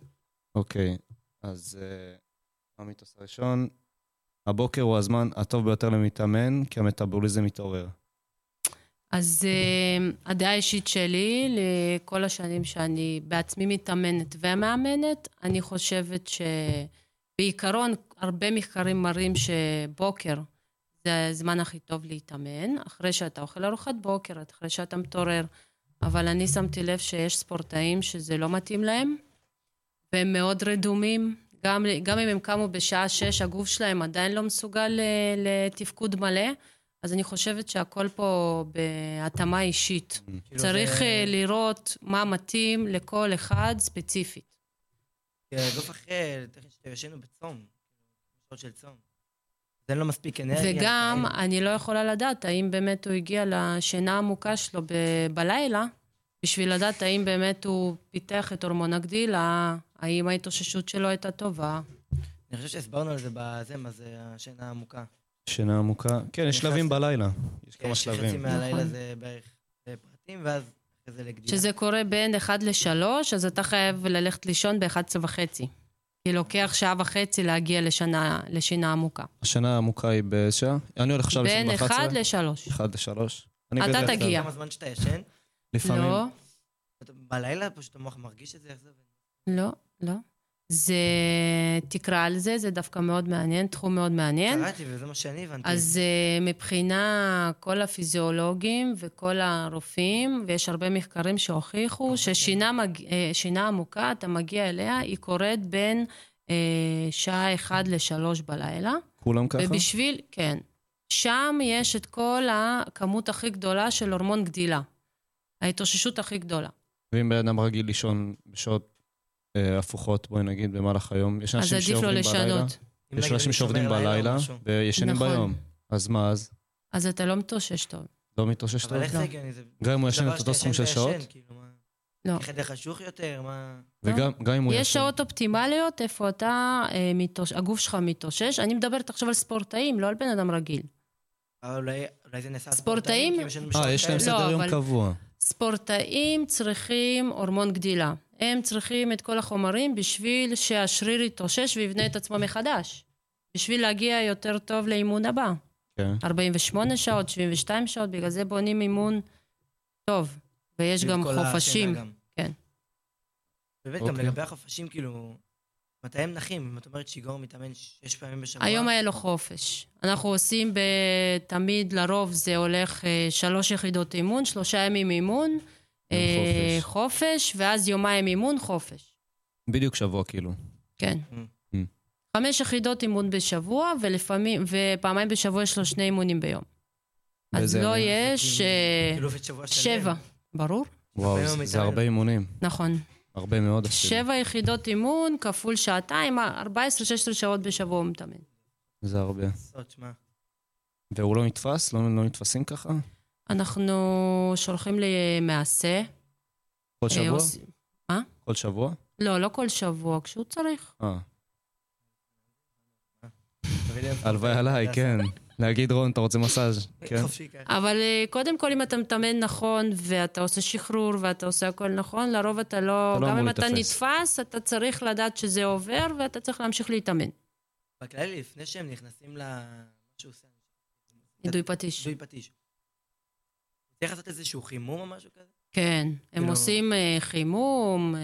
S3: אוקיי, אז אה, המיתוס הראשון, הבוקר הוא הזמן הטוב ביותר למתאמן, כי המטאבוליזם מתעורר.
S5: אז אה, הדעה האישית שלי, לכל השנים שאני בעצמי מתאמנת ומאמנת, אני חושבת שבעיקרון, הרבה מחקרים מראים שבוקר זה הזמן הכי טוב להתאמן, אחרי שאתה אוכל ארוחת בוקר, אחרי שאתה מתעורר. אבל אני שמתי לב שיש ספורטאים שזה לא מתאים להם, והם מאוד רדומים. גם, גם אם הם קמו בשעה שש, הגוף שלהם עדיין לא מסוגל ל- לתפקוד מלא. אז אני חושבת שהכל פה בהתאמה אישית.
S4: כאילו,
S5: צריך
S4: זה-
S5: אה, לראות מה מתאים לכל אחד ספציפית. כן.
S4: אה, גוף אחר, ישנו בצום, שעות של צום. זה לא מספיק אנרגיה.
S5: וגם,
S4: לפעמים.
S5: אני לא יכולה לדעת האם באמת הוא הגיע לשינה העמוקה שלו ב- בלילה, בשביל לדעת האם באמת הוא פיתח את הורמון הגדילה, האם ההתאוששות שלו הייתה טובה.
S4: אני חושב שהסברנו על זה בזה, מה זה השינה העמוקה.
S3: שינה עמוקה, כן, יש שלבים בלילה. יש כמה
S4: יש חצי
S3: שלבים.
S4: מהלילה
S5: נכון.
S4: זה בערך אה, פרטים, ואז אחרי זה לגדילה.
S5: כשזה קורה בין 1 ל-3, אז אתה חייב ללכת לישון ב-11 וחצי. כי לוקח שעה וחצי להגיע לשנה, לשינה עמוקה.
S3: השינה העמוקה היא בשעה? אני הולך עכשיו
S5: בין
S3: לישון
S5: 1
S3: ב-11.
S5: ל-3.
S3: 1 ל-3.
S5: אתה לא תגיע.
S4: כמה זמן שאתה ישן,
S3: לפעמים.
S5: לא,
S4: אתה- בלילה פשוט המוח מרגיש את זה, איך זה עובד?
S5: לא, לא. זה, תקרא על זה, זה דווקא מאוד מעניין, תחום מאוד מעניין.
S4: קראתי, וזה מה שאני הבנתי.
S5: כן. אז אה, מבחינה כל הפיזיולוגים וכל הרופאים, ויש הרבה מחקרים שהוכיחו ששינה
S3: כן.
S5: מג... אה, שינה עמוקה, אתה מגיע אליה, היא קורית בין אה, שעה 1 ל-3 בלילה.
S3: כולם ככה?
S5: ובשביל, כן. שם יש את כל הכמות הכי גדולה של הורמון גדילה. ההתאוששות הכי גדולה.
S3: ואם בן אדם רגיל לישון בשעות אה, הפוכות, בואי נגיד, במהלך היום, יש
S5: אז
S3: אנשים
S5: עדיף לא
S3: שעובדים בלילה.
S5: לשנות.
S4: אם
S3: יש אנשים
S4: נגיד אני שומר
S3: שעובדים
S4: לילה או
S3: בלילה
S4: משהו.
S3: וישנים
S5: נכון.
S3: ביום. אז מה אז?
S5: אז אתה לא מתאושש טוב.
S3: לא מתאושש טוב?
S4: אבל איך זה
S5: לא.
S4: הגיוני? זה
S3: גם אם הוא
S4: דבר
S3: ישן את
S4: שאתה
S3: אותו סכום של
S4: ישן, אתה
S3: שעות,
S4: ישן, כאילו, מה?
S5: לא.
S4: חדר חשוך יותר, מה...
S3: וגם גם אם הוא
S5: יש
S3: ישן...
S5: שעות אופטימליות איפה אתה, אה, מתאוש- הגוף שלך מתאושש. אני מדברת עכשיו על ספורטאים, לא על בן אדם רגיל.
S4: אבל אולי אולי זה נעשה
S5: ספורטאים?
S4: כי הם ישנים בשעות
S3: אה, יש להם
S5: לא,
S4: כאלה.
S3: סדר יום
S5: אבל-
S3: קבוע.
S5: ספורטאים צריכים הורמון גדילה. הם צריכים את כל החומרים בשביל שהשריר יתאושש ויבנה את עצמו מחדש. בשביל להגיע יותר טוב לאימון הבא.
S3: כן.
S5: 48 שעות, 72 שעות, בגלל זה בונים אימון טוב. ויש גם
S4: כל השינה
S5: חופשים.
S4: גם.
S5: כן.
S4: באמת, גם
S3: אוקיי.
S4: לגבי החופשים, כאילו, מתי הם נחים? אם את אומרת שיגור מתאמן שש פעמים בשבוע,
S5: היום היה לו חופש. אנחנו עושים ב... תמיד, לרוב זה הולך אה, שלוש יחידות אימון, שלושה ימים אימון,
S3: יום
S5: אה,
S3: חופש.
S5: חופש, ואז יומיים אימון, חופש.
S3: בדיוק שבוע כאילו.
S5: כן.
S3: Mm.
S5: חמש יחידות אימון בשבוע, ולפעמים, ופעמיים בשבוע יש לו שני אימונים ביום. אז
S3: באיזה
S5: לא
S3: ימים?
S5: יש
S4: כאילו,
S5: אה,
S4: כאילו עובד שבוע שלם.
S5: שבע. ברור?
S3: וואו,
S4: לפעמים
S3: זה-
S4: הוא
S3: זה
S4: מתאמן.
S3: הרבה אימונים.
S5: נכון.
S3: הרבה מאוד אפילו.
S5: שבע יחידות אימון כפול שעתיים, אה, 14-16 שעות בשבוע הוא מתאמן.
S3: זה הרבה.
S4: זאת, שמע.
S3: והוא לא נתפס? לא לא נתפסים ככה?
S5: אנחנו שולחים למעשה.
S3: כל שבוע?
S5: אה?
S3: כל שבוע?
S5: לא, לא כל שבוע, כשהוא צריך.
S3: אה,
S4: תביא לי איפה-
S3: הלוואי עליי,
S4: זה
S3: כן. להגיד, רון, אתה רוצה מסאז'?
S4: עשה-
S3: כן.
S4: חופשי ככה.
S5: אבל אה, קודם כל, אם אתה מתאמן נכון, ואתה עושה שחרור, ואתה עושה הכל נכון, לרוב אתה לא...
S3: אתה לא
S5: גם
S3: אמור
S5: אם אתה
S3: להיתפס.
S5: נתפס, אתה צריך לדעת שזה עובר, ואתה צריך להמשיך להתאמן.
S4: בכללי, לפני שהם נכנסים ל... מה שהוא עושה,
S5: נידוי פטיש.
S4: דוי פטיש. צריך לעשות איזשהו חימום או משהו כזה?
S5: כן, הם
S4: כאילו-
S5: עושים אה, חימום, אה,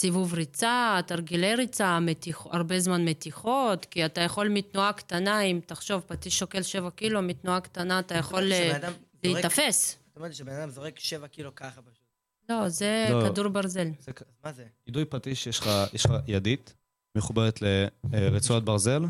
S5: סיבוב ריצה, תרגילי ריצה, מתיח- הרבה זמן מתיחות, כי אתה יכול מתנועה קטנה, אם תחשוב, פטיש שוקל שבע קילו, מתנועה קטנה אתה יכול אה,
S4: כשבן אדם זורק-
S5: להיתפס.
S4: זאת אומרת שבן אדם זורק שבע קילו ככה פשוט.
S5: לא, זה
S3: לא.
S5: כדור ברזל.
S3: זה כ-
S4: אז מה זה?
S3: יידוי פטיש, יש לך, יש לך ידית מחוברת לרצועת ברזל,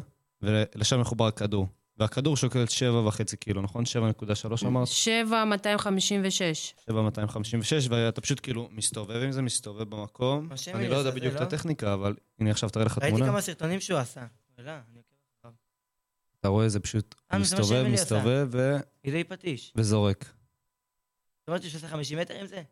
S3: ולשם מחובר כדור. והכדור שוקל 7.5 קילו, נכון? 7.3 אמרת?
S5: 7,256.
S3: 7,256, ואתה פשוט כאילו מסתובב עם זה, מסתובב במקום.
S4: מה שם
S3: אני
S4: יש
S3: לא יודע
S4: לזה,
S3: בדיוק את
S4: לא?
S3: הטכניקה, אבל הנה עכשיו תראה לך
S4: ראיתי
S3: תמונה.
S4: כמה סרטונים שהוא עשה. לא, אני עוקב.
S3: אתה רואה, זה פשוט
S4: אה, זה מה
S3: מסתובב,
S4: שאמילי עושה.
S3: מסתובב ו-
S4: עילי פטיש.
S3: וזורק.
S4: זאת אומרת שהוא עושה 50 מטר עם זה?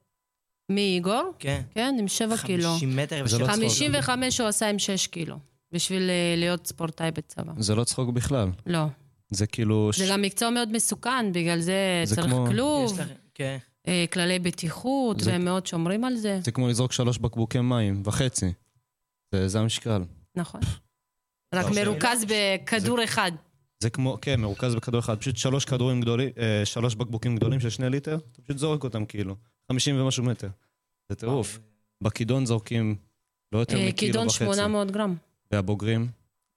S5: מי איגור?
S4: כן.
S5: כן, עם 7 קילו.
S4: 50 מטר
S3: זה לא צחוק.
S5: 55 הוא עשה עם 6 קילו, בשביל אה, להיות ספורטאי בצבא.
S3: זה לא צחוק בכלל.
S5: לא.
S3: זה כאילו...
S5: זה
S3: ש-
S5: גם מקצוע מאוד מסוכן, בגלל זה
S3: זה
S5: צריך
S3: כמו-
S5: כלוב,
S4: יש לך- כן.
S5: אה, כללי בטיחות,
S3: זה-
S5: והם מאוד שומרים על זה.
S3: זה כמו לזרוק שלוש בקבוקי מים וחצי. זה- זה המשקל.
S5: נכון. רק
S3: לא, זה-
S5: מרוכז בכדור אחד.
S3: זה כמו, כן, מרוכז בכדור אחד. פשוט שלוש כדורים גדולים, אה, שלוש בקבוקים גדולים של שני ליטר, אתה פשוט זורק אותם כאילו. 50 ומשהו מטר. זה טירוף. בכידון זורקים לא יותר
S5: אה,
S3: מקילו
S5: כידון
S3: וחצי.
S5: 800 גרם.
S3: והבוגרים?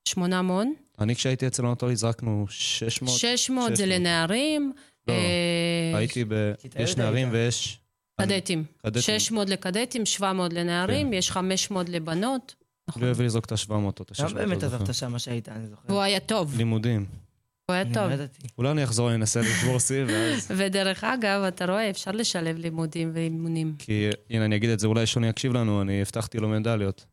S5: 800.
S3: אני כשהייתי אצל אנטולי זרקנו 600.
S5: 600 זה
S3: 600.
S5: לנערים.
S3: לא,
S5: אה,
S3: הייתי ב...
S4: כיתה
S3: יש
S4: י'
S3: נערים
S4: היית.
S3: ויש...
S5: קדטים.
S3: קדטים. כן.
S5: 600 לקדטים, 700 לנערים, יש 500 לבנות. נכון.
S3: לא יביא לזרוק את ה-700 או את ה-600.
S4: למה באמת עזבת שם מה שהיית, אני זוכר.
S5: והוא היה טוב,
S3: לימודים.
S5: הוא היה
S4: אני
S5: טוב.
S4: לא ידעתי.
S3: אולי אני אחזור, אני אנסה לשבור שיא, ואז...
S5: ודרך אגב, אתה רואה, אפשר לשלב לימודים ואימונים.
S3: כי הנה, אני אגיד את זה, אולי שוני יקשיב לנו, אני הבטחתי לו מדליות.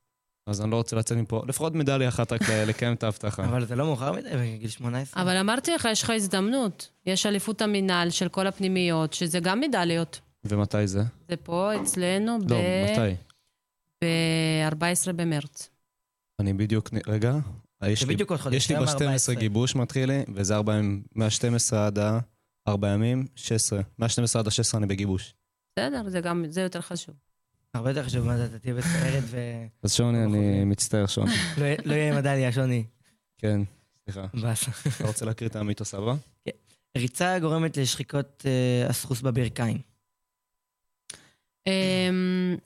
S3: אז אני לא רוצה לצאת מפה, לפחות מדליה אחת רק ל- לקיים את ההבטחה.
S4: אבל זה לא מאוחר מדי, בגיל 18.
S5: אבל אמרתי לך, יש לך הזדמנות. יש אליפות המינהל של כל הפנימיות, שזה גם מדליות.
S3: ומתי זה?
S5: זה פה אצלנו
S3: לא, מתי?
S5: ב-14 במרץ.
S3: אני בדיוק... נ- רגע. יש
S4: זה
S3: לי-
S4: בדיוק עוד חודש.
S3: יש לי
S4: היום
S3: ב-12
S4: 14.
S3: גיבוש מתחיל לי, וזה ארבע ימים, מה-12 עד ה... ארבע ימים, 16. מה-12 עד ה-16 אני בגיבוש.
S5: בסדר, זה גם, זה יותר חשוב.
S4: הרבה יותר חשוב מה זה, אתה תהיה בסיירת ולא
S3: אז שוני, אני
S4: נכון.
S3: מצטער, שוני.
S4: לא יהיה מדליה, שוני.
S3: כן, סליחה.
S4: באס.
S3: אתה רוצה להקריא את המיתוס הבא?
S4: ריצה גורמת לשחיקות אה, הסחוס בברכיים.
S5: אמ,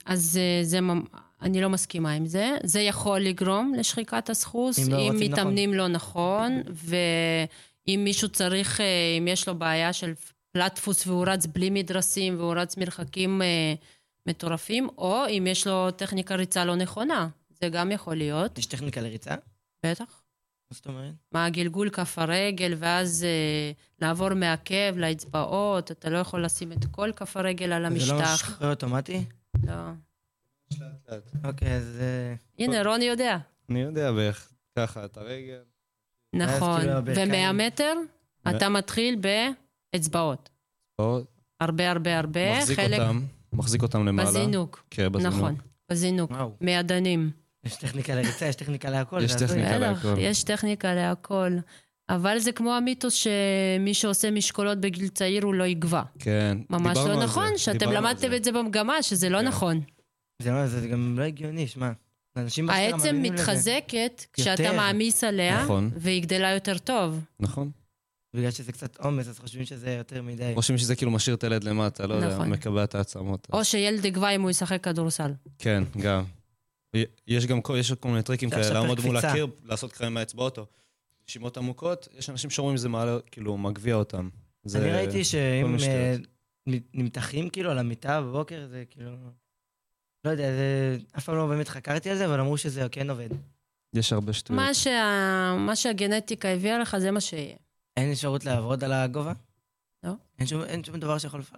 S5: אז אה, זה, ממ- אני לא מסכימה עם זה. זה יכול לגרום לשחיקת הסחוס,
S4: אם
S5: אם,
S4: לא
S5: אם
S4: רצים
S5: מתאמנים לא נכון, ואם מישהו צריך, אה, אם יש לו בעיה של פלטפוס והוא רץ בלי מדרסים והוא רץ מרחקים אה, מטורפים, או אם יש לו טכניקה ריצה לא נכונה. זה גם יכול להיות,
S4: יש טכניקה לריצה?
S5: בטח.
S4: מה זאת אומרת?
S5: מה, גלגול כף הרגל, ואז אה, לעבור מהעקב לאצבעות, אתה לא יכול לשים את כל כף הרגל על
S4: זה לא
S5: המשטח.
S4: משחרר אוטומטי?
S5: לא.
S4: אוקיי, אז... אה,
S5: הנה, רוני יודע.
S3: אני יודע בערך. ככה, את הרגל.
S5: נכון,
S4: כאילו הברכיים-
S5: ומאה מטר
S3: ו-
S5: אתה מתחיל באצבעות.
S3: עוד.
S5: הרבה הרבה הרבה,
S3: מחזיק
S5: חלק
S3: אותם, מחזיק אותם למעלה.
S5: בזינוק,
S3: כן, בזינוק.
S5: נכון, בזינוק,
S4: וואו.
S5: מידנים.
S4: יש טכניקה לריצה, יש טכניקה להכל.
S3: יש
S4: זה הזוי.
S3: טכניקה.
S5: בטח,
S3: להכל.
S5: יש טכניקה להכל. אבל זה כמו המיתוס שמי שעושה משקולות בגיל צעיר הוא לא יגבה.
S3: כן.
S5: ממש
S3: דיברנו על
S5: לא
S3: זה,
S5: נכון, שאתם
S3: דיברנו על
S5: למדתם
S3: זה.
S5: את זה במגמה, שזה לא
S3: כן.
S5: נכון.
S4: זה לא- זה גם לא הגיוני, שמע. אנשים באשכרה
S5: העצם
S4: מאמינים לזה.
S5: מתחזקת כשאתה
S4: יותר.
S5: מעמיס עליה,
S3: נכון.
S5: והיא גדלה יותר טוב.
S3: נכון.
S4: בגלל שזה קצת עומס, אז חושבים שזה יותר מדי.
S3: חושבים שזה כאילו משאיר את הילד למטה, לא יודע,
S5: נכון.
S3: מקבע את העצמות.
S5: או שילד יגבה אם הוא ישחק כדורסל.
S3: כן, גם. י- יש גם כל, יש כל מיני טריקים
S4: אפשר
S3: כאלה,
S4: לשפר
S3: לעמוד מול
S4: קפיצה.
S3: הקיר, לעשות קרעים מהאצבעות או נשימות עמוקות, יש אנשים שאומרים שזה מעלה, כאילו, מגביה אותם. זה-
S4: אני ראיתי שאם
S3: מיני
S4: אה,
S3: שטויות.
S4: נ- נמתחים כאילו על המיטה בבוקר, זה כאילו... לא יודע, זה... אף פעם לא באמת חקרתי על זה, אבל אמרו שזה כן עובד.
S3: יש הרבה שטויות.
S5: מה שה- מה שהגנטיקה הביאה לך, זה מה שיהיה.
S4: אין אפשרות לעבוד על הגובה?
S5: לא.
S4: אין שום- אין שום דבר שיכול... לפ-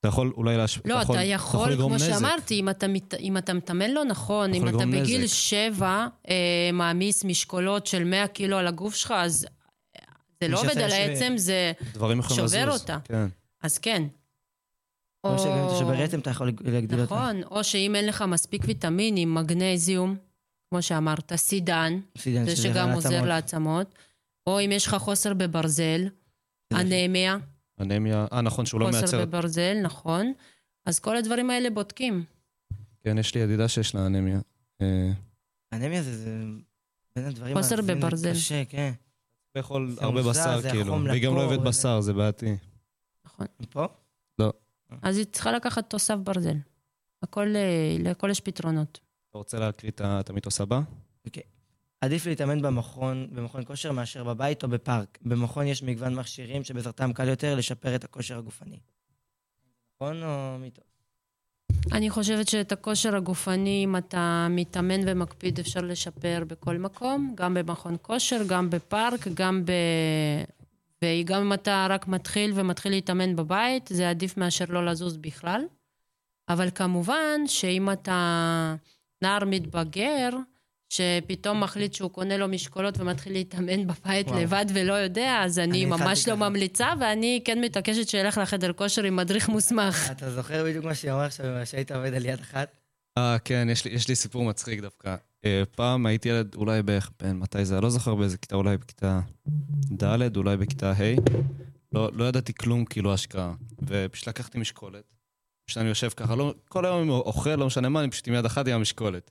S3: אתה יכול אולי להשפיע,
S5: לא, אתה יכול,
S3: לגרום
S5: כמו
S3: נזק.
S5: שאמרתי, אם אתה מת- אם אתה מתאמן לא נכון,
S3: אתה
S5: אם
S3: יכול
S5: אתה
S3: לגרום
S5: בגיל
S3: נזק.
S5: שבע אה, מעמיס משקולות של 100 קילו על הגוף שלך, אז אה, זה לא
S4: מי
S5: עובד
S4: שעשה
S5: על
S4: ש-
S5: העצם, זה...
S3: דברים יכולים לזוז.
S5: שובר אותה.
S3: כן.
S5: אז כן.
S4: כמו שגם אם אתה שובר עצם, אתה יכול להגדיל אותה.
S5: נכון, או שאם אין לך מספיק ויטמינים, מגנזיום, כמו שאמרת, סידן,
S4: סידן,
S5: זה
S4: כן, שזה
S5: שגם
S4: רעלת
S5: עוזר
S4: המוח.
S5: לעצמות, או אם יש לך חוסר בברזל,
S4: זה
S5: אנמיה,
S3: אנמיה, אה, נכון, שהוא לא
S5: חוסר
S3: מייצר.
S5: בברזל, נכון. אז כל הדברים האלה בודקים.
S3: כן, יש לי ידידה שיש לה אנמיה. אה,
S4: אנמיה זה, זה בין הדברים...
S5: חוסר
S4: ההזויים, זה
S5: בברזל.
S4: קשה, כן.
S3: לאכול
S4: זה
S3: הרבה
S4: מוזר,
S3: בשר,
S4: זה
S3: כאילו.
S4: החום
S3: והיא גם לא
S4: לקור,
S3: אוהבת
S4: זה-
S3: בשר, זה בעייתי.
S5: נכון.
S4: פה?
S5: אז היא צריכה לקחת תוסף ברזל. הכל, אה, לכל יש פתרונות.
S3: אתה רוצה להקריא את ה- את המיתוס הבא?
S4: עדיף להתאמן במכון, במכון כושר מאשר בבית או בפארק. במכון יש מגוון מכשירים שבעזרתם קל יותר לשפר את הכושר הגופני. נכון או מיתוס?
S5: אני חושבת שאת הכושר הגופני, אם אתה מתאמן ומקפיד, אפשר לשפר בכל מקום, גם במכון כושר, גם בפארק, גם ב... וגם אם אתה רק מתחיל ומתחיל להתאמן בבית, זה עדיף מאשר לא לזוז בכלל. אבל כמובן שאם אתה נער מתבגר, שפתאום מחליט שהוא קונה לו משקולות ומתחיל להתאמן בבית
S4: וואו.
S5: לבד ולא יודע, אז אני,
S4: אני התחלתי
S5: ממש לא
S4: ככה.
S5: ממליצה, ואני כן מתעקשת שילך לחדר כושר עם מדריך מוסמך.
S4: אתה זוכר בדיוק מה שהיא אמרה עכשיו, שהיית עובד על יד אחת?
S3: אה, כן, יש לי, יש לי סיפור מצחיק דווקא. אה, פעם הייתי ילד, אולי בערך, בין מתי זה, אני לא זוכר באיזה כיתה, אולי בכיתה ד', אולי בכיתה ה'. לא, לא ידעתי כלום, כאילו, השקעה. ופשוט לקחתי משקולת. פשוט אני יושב ככה, לא, כל היום אני אוכל, לא משנה מה, אני פשוט עם יד אחת עם המשקולת.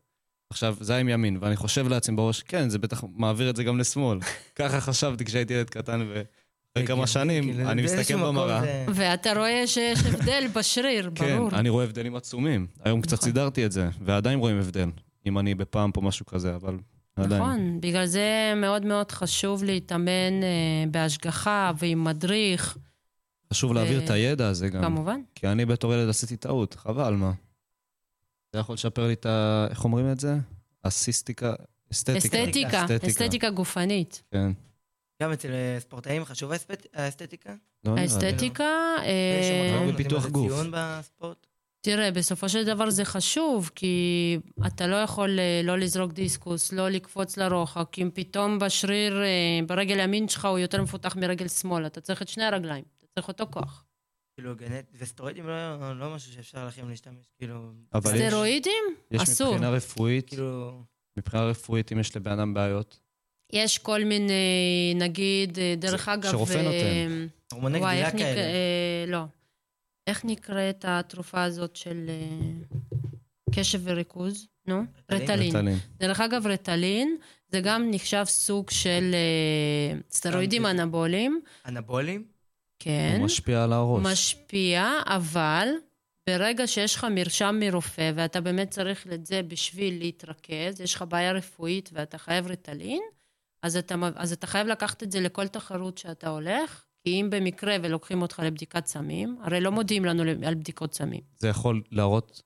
S3: עכשיו, זה היה עם ימין, ואני חושב לעצמי בראש, כן, זה בטח מעביר את זה גם לשמאל. ככה חשבתי כשהייתי ילד קטן, ואחרי כמה שנים,
S4: כאילו,
S3: אני
S4: באיזשהו
S3: מסתכל
S4: מקום
S3: במראה.
S4: זה-
S5: ואתה רואה שיש הבדל בשריר,
S3: כן,
S5: ברור. נכון.
S3: אני רואה הבדלים עצומים. היום קצת סידרתי את זה, ועדיין רואים הבדל. אם אני בפעם פה משהו כזה, אבל עדיין.
S5: נכון, בגלל זה מאוד מאוד חשוב להתאמן אה, בהשגחה ועם מדריך,
S3: חשוב להעביר את הידע הזה גם.
S5: אה, כמובן.
S3: כי אני בתור ילד עשיתי טעות, חבל, מה. זה יכול לשפר לי את ה... איך אומרים את זה? הסיסטיקה, אסתטיקה.
S5: אסתטיקה, אסתטיקה גופנית.
S3: כן.
S4: גם אצל אה, ספורטאים חשוב האספט- האסתטיקה?
S5: אה,
S3: לא נראה לי.
S5: האסתטיקה, אה,
S4: באיזשהו מקום נותנים
S3: ופיתוח
S4: לזה
S3: גוף.
S4: ציון בספורט?
S5: תראה, בסופו של דבר זה חשוב, כי אתה לא יכול אה, לא לזרוק דיסקוס, לא לקפוץ לרוחק, אם פתאום בשריר, אה, ברגל ימין שלך הוא יותר מפותח מרגל שמאל, אתה צריך את שני הרגליים, אתה צריך אותו כוח.
S4: כאילו גנט, וסטרואידים לא לא משהו שאפשר לכם להשתמש, כאילו...
S3: אבל יש-
S5: סטרואידים?
S3: יש
S5: אסור.
S3: מבחינה רפואית,
S4: כאילו...
S3: מבחינה רפואית, אם יש לבן אדם בעיות,
S5: יש כל מיני, נגיד, אה, דרך
S3: זה-
S5: אגב...
S3: שרופא
S5: אה,
S3: נותן.
S4: הורמוני
S5: וואי,
S4: גדילה
S5: איך נקרא...
S4: כאלה.
S5: אה, לא. איך נקראת התרופה הזאת של אה, קשב וריכוז? נו,
S4: ריטלין.
S5: ריטלין.
S3: מטלין.
S5: דרך אגב, רטלין זה גם נחשב סוג של אה, סטרואידים
S4: סתם,
S5: אנבוליים,
S4: אנבולים?
S5: כן,
S3: הוא משפיע על הראש.
S5: משפיע, אבל ברגע שיש לך מרשם מרופא ואתה באמת צריך את זה בשביל להתרכז, יש לך בעיה רפואית ואתה חייב רטלין, אז אתה, מ- אז אתה חייב לקחת את זה לכל תחרות שאתה הולך, כי אם במקרה ולוקחים אותך לבדיקת סמים, הרי לא מודיעים לנו על בדיקות סמים.
S3: זה יכול להראות,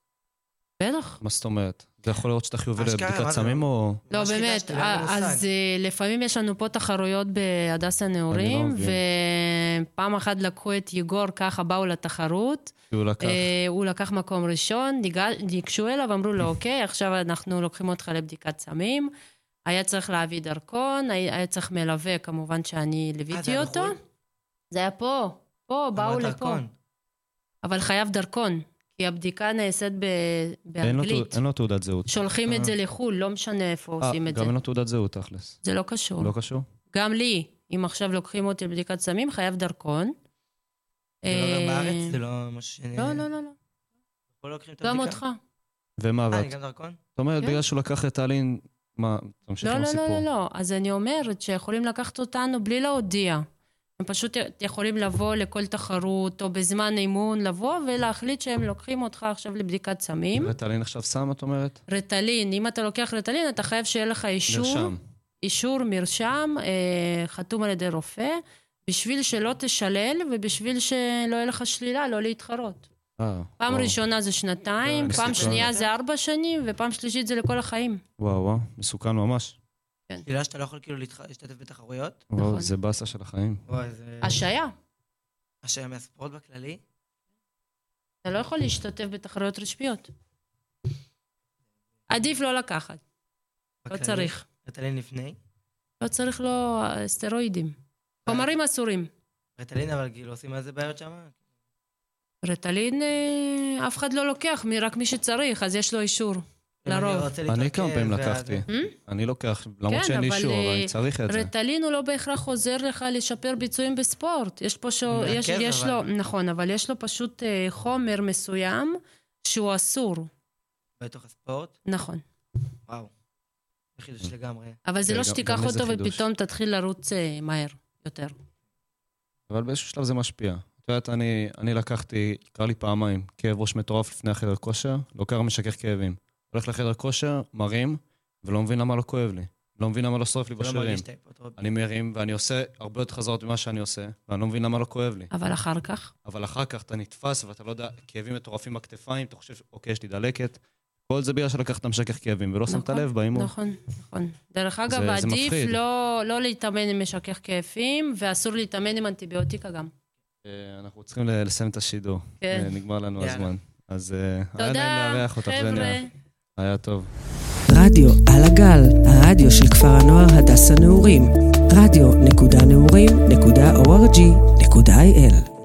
S5: בטח.
S3: מה זאת אומרת? זה יכול להראות שאתה חיובי
S4: אשכרה,
S3: לבדיקת
S4: מה זה?
S3: סמים או...
S5: לא,
S4: ממש
S5: באמת,
S4: חידשתי, לא היה לי מושג.
S5: אז אה, לפעמים יש לנו פה תחרויות בהדסה נעורים,
S3: מבין.
S5: ופעם אחת לקחו את יגור ככה, באו לתחרות,
S3: כי הוא לקח.
S5: אה, הוא לקח מקום ראשון, ניגש- ניגשו אליו, אמרו לו, אוקיי, עכשיו אנחנו לוקחים אותך לבדיקת סמים. היה צריך להביא דרכון, היה היה צריך מלווה, כמובן שאני
S4: אה, זה
S5: ליוויתי
S4: היה
S5: אותו.
S4: בחו"ל?
S5: זה היה פה, פה, באו
S4: אמרת
S5: לפה.
S4: דרכון.
S5: אבל חייב דרכון, כי הבדיקה נעשית ב-
S3: אין לו תעוד-
S5: באנגלית.
S3: אין לו תעודת זהות.
S5: שולחים את
S3: אה.
S5: זה לחו"ל, לא משנה איפה
S3: אה,
S5: עושים את זה.
S4: לא-
S3: גם אין לו תעודת זהות, תכלס.
S5: זה לא קשור.
S3: לא קשור?
S5: גם לי, אם עכשיו לוקחים אותי לבדיקת סמים, חייב
S4: זה
S5: דרכון.
S4: לא
S5: אה,
S4: גם בארץ? זה לא משהו ש...
S5: לא, לא, לא, לא.
S4: פה לא לוקחים את הבדיקה?
S5: גם אותך.
S3: ומה
S4: אה,
S3: עבד?
S4: אני גם דרכון?
S3: זאת אומרת,
S5: כן.
S3: בגלל שהוא לקח רטלין, מה, תמשיך
S5: לא,
S3: עם
S5: לא,
S3: הסיפור.
S5: לא, לא, לא. אז אני אומרת שיכולים לקחת אותנו בלי להודיע. הם פשוט י- יכולים לבוא לכל תחרות, או בזמן אימון לבוא ולהחליט שהם לוקחים אותך עכשיו לבדיקת סמים.
S3: רטלין עכשיו שם, את אומרת?
S5: רטלין, אם אתה לוקח רטלין, אתה חייב שיהיה לך אישור.
S3: נרשם.
S5: אישור מרשם אה, חתום על ידי רופא, בשביל שלא תשלל ובשביל שלא יהיה לך שלילה, לא להתחרות.
S3: אה,
S5: פעם
S3: וואו.
S5: ראשונה זה שנתיים,
S4: לא,
S5: פעם
S3: מסוכן.
S5: שנייה זה ארבע שנים, ופעם שלישית זה לכל החיים.
S3: וואו, וואו, מסוכן ממש.
S4: שאלה שאתה לא יכול כאילו להתח- להשתתף בתחרויות?
S3: וואו,
S5: נכון.
S3: זה באסה של החיים.
S4: וואי, זה...
S5: השעיה.
S4: השעיה מהספורט
S5: לא
S4: בכללי?
S5: אתה לא יכול להשתתף בתחרויות רשמיות. עדיף לא לקחת, לא
S3: אוקיי.
S4: בכללי?
S5: צריך.
S4: רטלין לפני?
S5: לא צריך לא אה, סטרואידים. חומרים אסורים.
S4: רטלין, אבל כאילו עושים על זה בעיות שם?
S5: רטלין, אה, אף אחד לא לוקח, מי- רק מי שצריך, אז יש לו אישור. לרוב.
S3: כן,
S5: אה?
S3: אני כמה פעמים לקחתי. אני לוקח, למרות
S5: כן,
S3: שאין לי
S5: אבל,
S3: אישור, אבל
S5: אה,
S3: אני צריך את זה.
S5: רטלין הוא לא בהכרח עוזר לך לשפר ביצועים בספורט. יש פה ש...
S4: הוא מעכב,
S5: יש, יש
S4: אבל.
S5: לו, נכון, אבל יש לו פשוט אה, חומר מסוים שהוא אסור.
S4: בתוך הספורט?
S5: נכון.
S4: וואו. זה חידוש לגמרי.
S5: אבל זה
S3: כן,
S5: לא
S3: גם-
S5: שתיקח
S3: גם לי זה
S5: אותו
S3: חידוש.
S5: ופתאום תתחיל לרוץ אה, מהר יותר.
S3: אבל באיזשהו שלב זה משפיע. את יודעת, אני, אני לקחתי, קרה לי פעמיים, כאב ראש מטורף לפני החדר כושר, לא קר משכך כאבים. הולך לחדר כושר, מרים, ולא מבין למה לא כואב לי. לא מבין למה לא שורף לי
S4: אתה לא
S3: בשרירים.
S4: מרגיש את ההיפוטרופיה.
S3: אני מרים, ואני עושה הרבה יותר חזרות ממה שאני עושה, ואני לא מבין למה לא כואב לי.
S5: אבל אחר כך,
S3: אבל אחר כך אתה נתפס ואתה לא יודע, כאבים מטורפים בכתפיים, אתה חושב, אוקיי, יש לי דלקת. כל זה בגלל שלקחת משכך כאבים, ולא שמת
S5: נכון,
S3: לב באימון.
S5: נכון, נכון. דרך אגב,
S3: זה
S5: עדיף
S3: מפחיד.
S5: לא, לא להתאמן עם משכך כאבים, ואסור להתאמן עם אנטיביוטיקה גם.
S3: אה, אנחנו צריכים ל- לסיים את השידור.
S5: כן.
S3: אה, נגמר לנו
S4: יאללה.
S3: הזמן. אז אה, היה נעים
S5: תודה,
S3: לארח אותך,
S5: חבר'ה.
S3: ג'ניה. היה טוב.
S1: רדיו על הגל, הרדיו של כפר הנוער הדסה נעורים, רדיו.נעורים.org.il